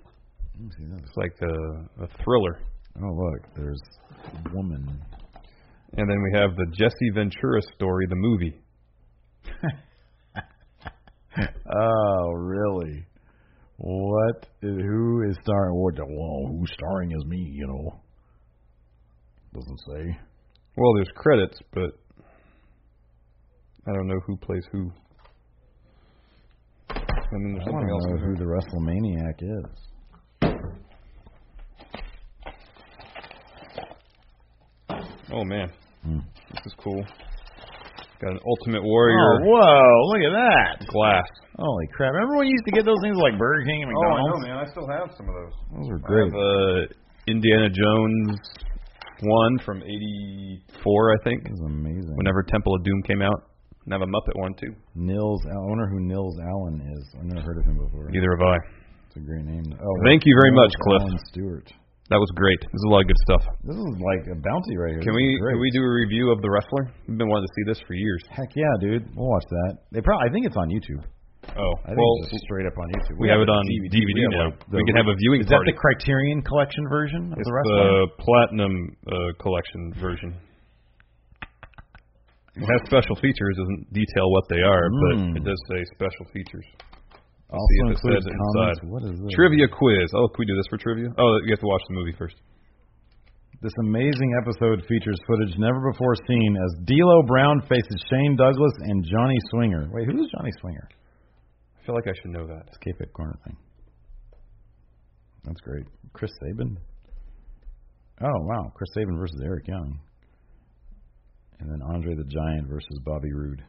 Speaker 1: Let me see this.
Speaker 2: It's like a, a thriller.
Speaker 1: Oh look, there's a woman.
Speaker 2: And then we have the Jesse Ventura story, the movie.
Speaker 1: Oh really? What? Who is starring? What? the- Whoa, who's starring as me? You know. Doesn't say.
Speaker 2: Well, there's credits, but I don't know who plays who. And then
Speaker 1: I
Speaker 2: there's
Speaker 1: don't
Speaker 2: something else.
Speaker 1: know who the WrestleManiac is.
Speaker 2: Oh man,
Speaker 1: Hmm.
Speaker 2: this is cool. Got an Ultimate
Speaker 1: Oh,
Speaker 2: Warrior
Speaker 1: whoa! Look at that!
Speaker 2: glass.
Speaker 1: Holy crap! Remember when you used to get those things like Burger King and McDonald's?
Speaker 2: man. Oh, I still have some of those.
Speaker 1: Those were
Speaker 2: I
Speaker 1: great.
Speaker 2: have uh, Indiana Jones one from '84, I think.
Speaker 1: That was amazing.
Speaker 2: Whenever Temple of Doom came out, and I have a Muppet one too.
Speaker 1: Nils, I wonder who Nils Allen is. I've never heard of him before.
Speaker 2: Neither have I.
Speaker 1: It's a great name. Oh,
Speaker 2: Thank you very
Speaker 1: Nils
Speaker 2: much, Cliff.
Speaker 1: Allen Stewart.
Speaker 2: That was great. This is a lot of good stuff.
Speaker 1: This is like a bounty right here.
Speaker 2: Can
Speaker 1: This is
Speaker 2: we
Speaker 1: great.
Speaker 2: can we do a review of the wrestler? We've been wanting to see this for years.
Speaker 1: Heck yeah, dude. We'll watch that. They probably. I think it's on YouTube.
Speaker 2: Oh,
Speaker 1: I think
Speaker 2: well,
Speaker 1: it's just straight up on YouTube.
Speaker 2: we have it on
Speaker 1: the
Speaker 2: DVD
Speaker 1: We have,
Speaker 2: now.
Speaker 1: like, the
Speaker 2: We can have a viewing
Speaker 1: Is that
Speaker 2: party.
Speaker 1: the Criterion Collection version of the
Speaker 2: it's the
Speaker 1: wrestler?
Speaker 2: platinum uh, collection version. It has special features. Doesn't detail what they are,
Speaker 1: Mm.
Speaker 2: but it does say special features.
Speaker 1: also
Speaker 2: see if it
Speaker 1: includes
Speaker 2: says
Speaker 1: comments.
Speaker 2: inside.
Speaker 1: What is this?
Speaker 2: Trivia quiz. Oh, can we do this for trivia? Oh, you have to watch the movie first.
Speaker 1: This amazing episode features footage never before seen as D'Lo Brown faces Shane Douglas and Johnny Swinger. Wait, who's Johnny Swinger?
Speaker 2: I feel like I should know that.
Speaker 1: Escape at corner thing. That's great. Chris Sabin. Oh wow, Chris Sabin versus Eric Young, and then Andre the Giant versus Bobby Roode.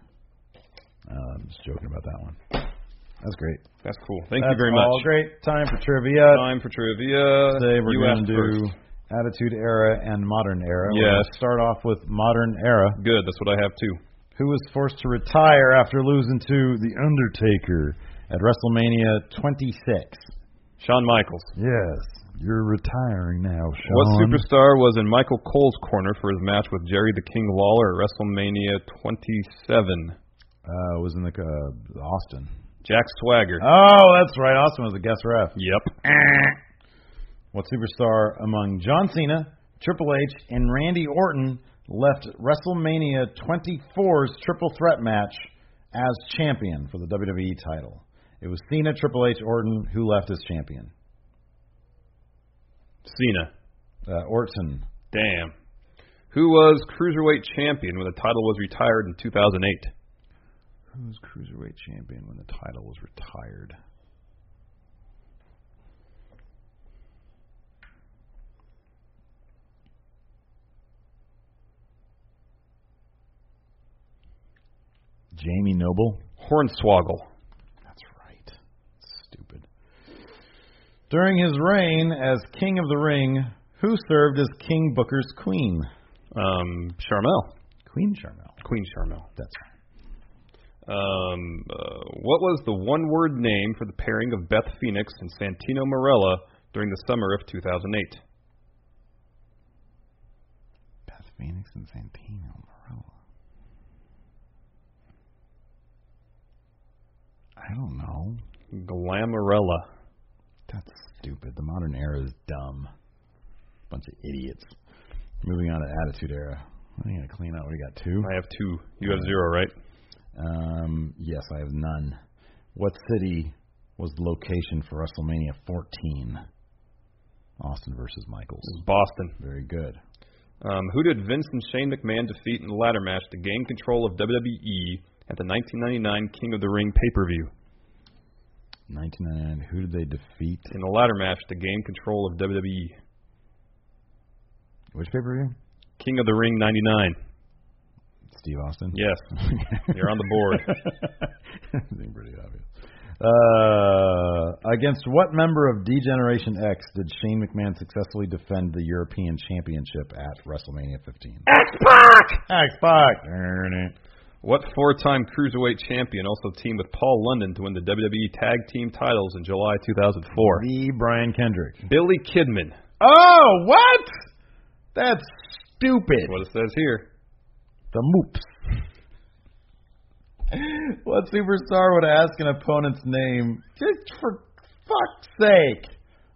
Speaker 1: Uh, I'm just joking about that one. That's great.
Speaker 2: That's cool. Thank
Speaker 1: That's
Speaker 2: you very
Speaker 1: all
Speaker 2: much.
Speaker 1: Great time for trivia.
Speaker 2: Time for trivia.
Speaker 1: Today we're
Speaker 2: you
Speaker 1: going
Speaker 2: asked
Speaker 1: to do
Speaker 2: first.
Speaker 1: Attitude Era and Modern Era. We're
Speaker 2: Yes.
Speaker 1: gonna start off with Modern Era.
Speaker 2: Good. That's what I have too.
Speaker 1: who was forced to retire after losing to The Undertaker at WrestleMania 26.
Speaker 2: Shawn Michaels.
Speaker 1: Yes, you're retiring now, Sean.
Speaker 2: What superstar was in Michael Cole's corner for his match with Jerry the King Lawler at WrestleMania 27?
Speaker 1: Uh, was in the uh, Austin.
Speaker 2: Jack Swagger.
Speaker 1: Oh, that's right. Austin was a guest ref.
Speaker 2: Yep.
Speaker 1: What superstar among John Cena, Triple H, and Randy Orton left WrestleMania 24's triple threat match as champion for the WWE title? It was Cena, Triple H, Orton who left as champion.
Speaker 2: Cena.
Speaker 1: Uh, Orton.
Speaker 2: Damn. Who was cruiserweight champion when the title was retired in 2008?
Speaker 1: Who was cruiserweight champion when the title was retired? Jamie Noble.
Speaker 2: Hornswoggle.
Speaker 1: That's right. Stupid. During his reign as King of the Ring, who served as King Booker's queen?
Speaker 2: Um, Charmel.
Speaker 1: Queen Charmel.
Speaker 2: Queen Charmel.
Speaker 1: That's right.
Speaker 2: Um, uh, what was the one word name for the pairing of Beth Phoenix and Santino Morella during the summer of 2008?
Speaker 1: Beth Phoenix and Santino Marella. I don't know.
Speaker 2: Glamorella.
Speaker 1: That's stupid. The modern era is dumb. Bunch of idiots. Moving on to Attitude Era. I am going to clean out. We got two.
Speaker 2: I have two. You have zero, right?
Speaker 1: Um, yes, I have none. What city was the location for WrestleMania 14? Austin versus Michaels.
Speaker 2: This is Boston.
Speaker 1: Very good.
Speaker 2: Um, who did Vince and Shane McMahon defeat in the ladder match to gain control of WWE at the 1999 King of the Ring pay-per-view?
Speaker 1: 1999. Who did they defeat?
Speaker 2: In the ladder match to gain control of E. WWE
Speaker 1: Which pay per view?
Speaker 2: King of the Ring 99.
Speaker 1: Steve Austin.
Speaker 2: Yes, you're on the board.
Speaker 1: Seemed pretty obvious. Uh, against what member of D-Generation X did Shane McMahon successfully defend the European Championship at WrestleMania 15? X-Pac! X-Pac! Darn it.
Speaker 2: What four-time cruiserweight champion also teamed with Paul London to win the WWE Tag Team titles in July 2004?
Speaker 1: The E. Brian Kendrick.
Speaker 2: Billy Kidman.
Speaker 1: Oh, what? That's stupid.
Speaker 2: That's what it says here.
Speaker 1: The Moops. what superstar would ask an opponent's name just for fuck's sake?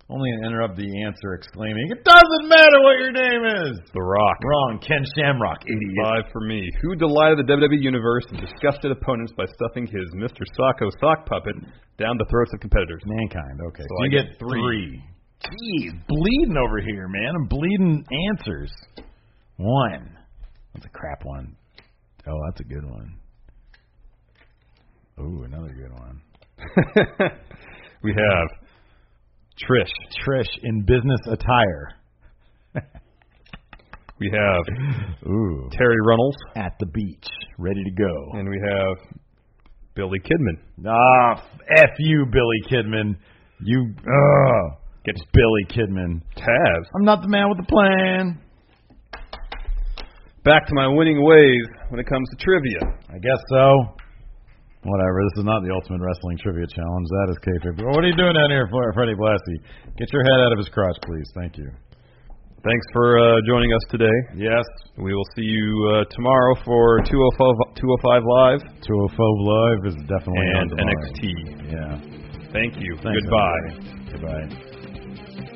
Speaker 1: Only to interrupt the answer, exclaiming, "It doesn't matter what your name is."
Speaker 2: The Rock.
Speaker 1: Wrong, Ken Shamrock, idiot.
Speaker 2: Five for me. Who delighted the WWE Universe and disgusted opponents by stuffing his Mr. Sacco sock puppet down the throats of competitors?
Speaker 1: Mankind. Okay, so,
Speaker 2: I
Speaker 1: you
Speaker 2: get
Speaker 1: get three. Jeez, bleeding over here, man. I'm bleeding answers. One. That's a crap one. Oh, that's a good one. Ooh, another good one.
Speaker 2: we have Trish.
Speaker 1: Trish in business attire.
Speaker 2: We have
Speaker 1: Ooh.
Speaker 2: Terry Runnels.
Speaker 1: At the beach, ready to go.
Speaker 2: And we have Billy Kidman.
Speaker 1: Ah, f you, Billy Kidman. You, ugh. It's Billy Kidman.
Speaker 2: Taz.
Speaker 1: I'm not the man with the plan.
Speaker 2: Back to my winning ways when it comes to trivia.
Speaker 1: I guess so. Whatever. This is not the Ultimate Wrestling Trivia Challenge. That is kayfabe. What are you doing down here, Fre- Freddie Blassie? Get your head out of his crotch, please. Thank you.
Speaker 2: Thanks for uh, joining us today.
Speaker 1: Yes.
Speaker 2: We will see you uh, tomorrow for 205, 205 Live
Speaker 1: 205 Live is definitely
Speaker 2: and
Speaker 1: on tomorrow.
Speaker 2: NXT.
Speaker 1: Yeah.
Speaker 2: Thank you.
Speaker 1: Thanks,
Speaker 2: Goodbye.
Speaker 1: everybody. Goodbye.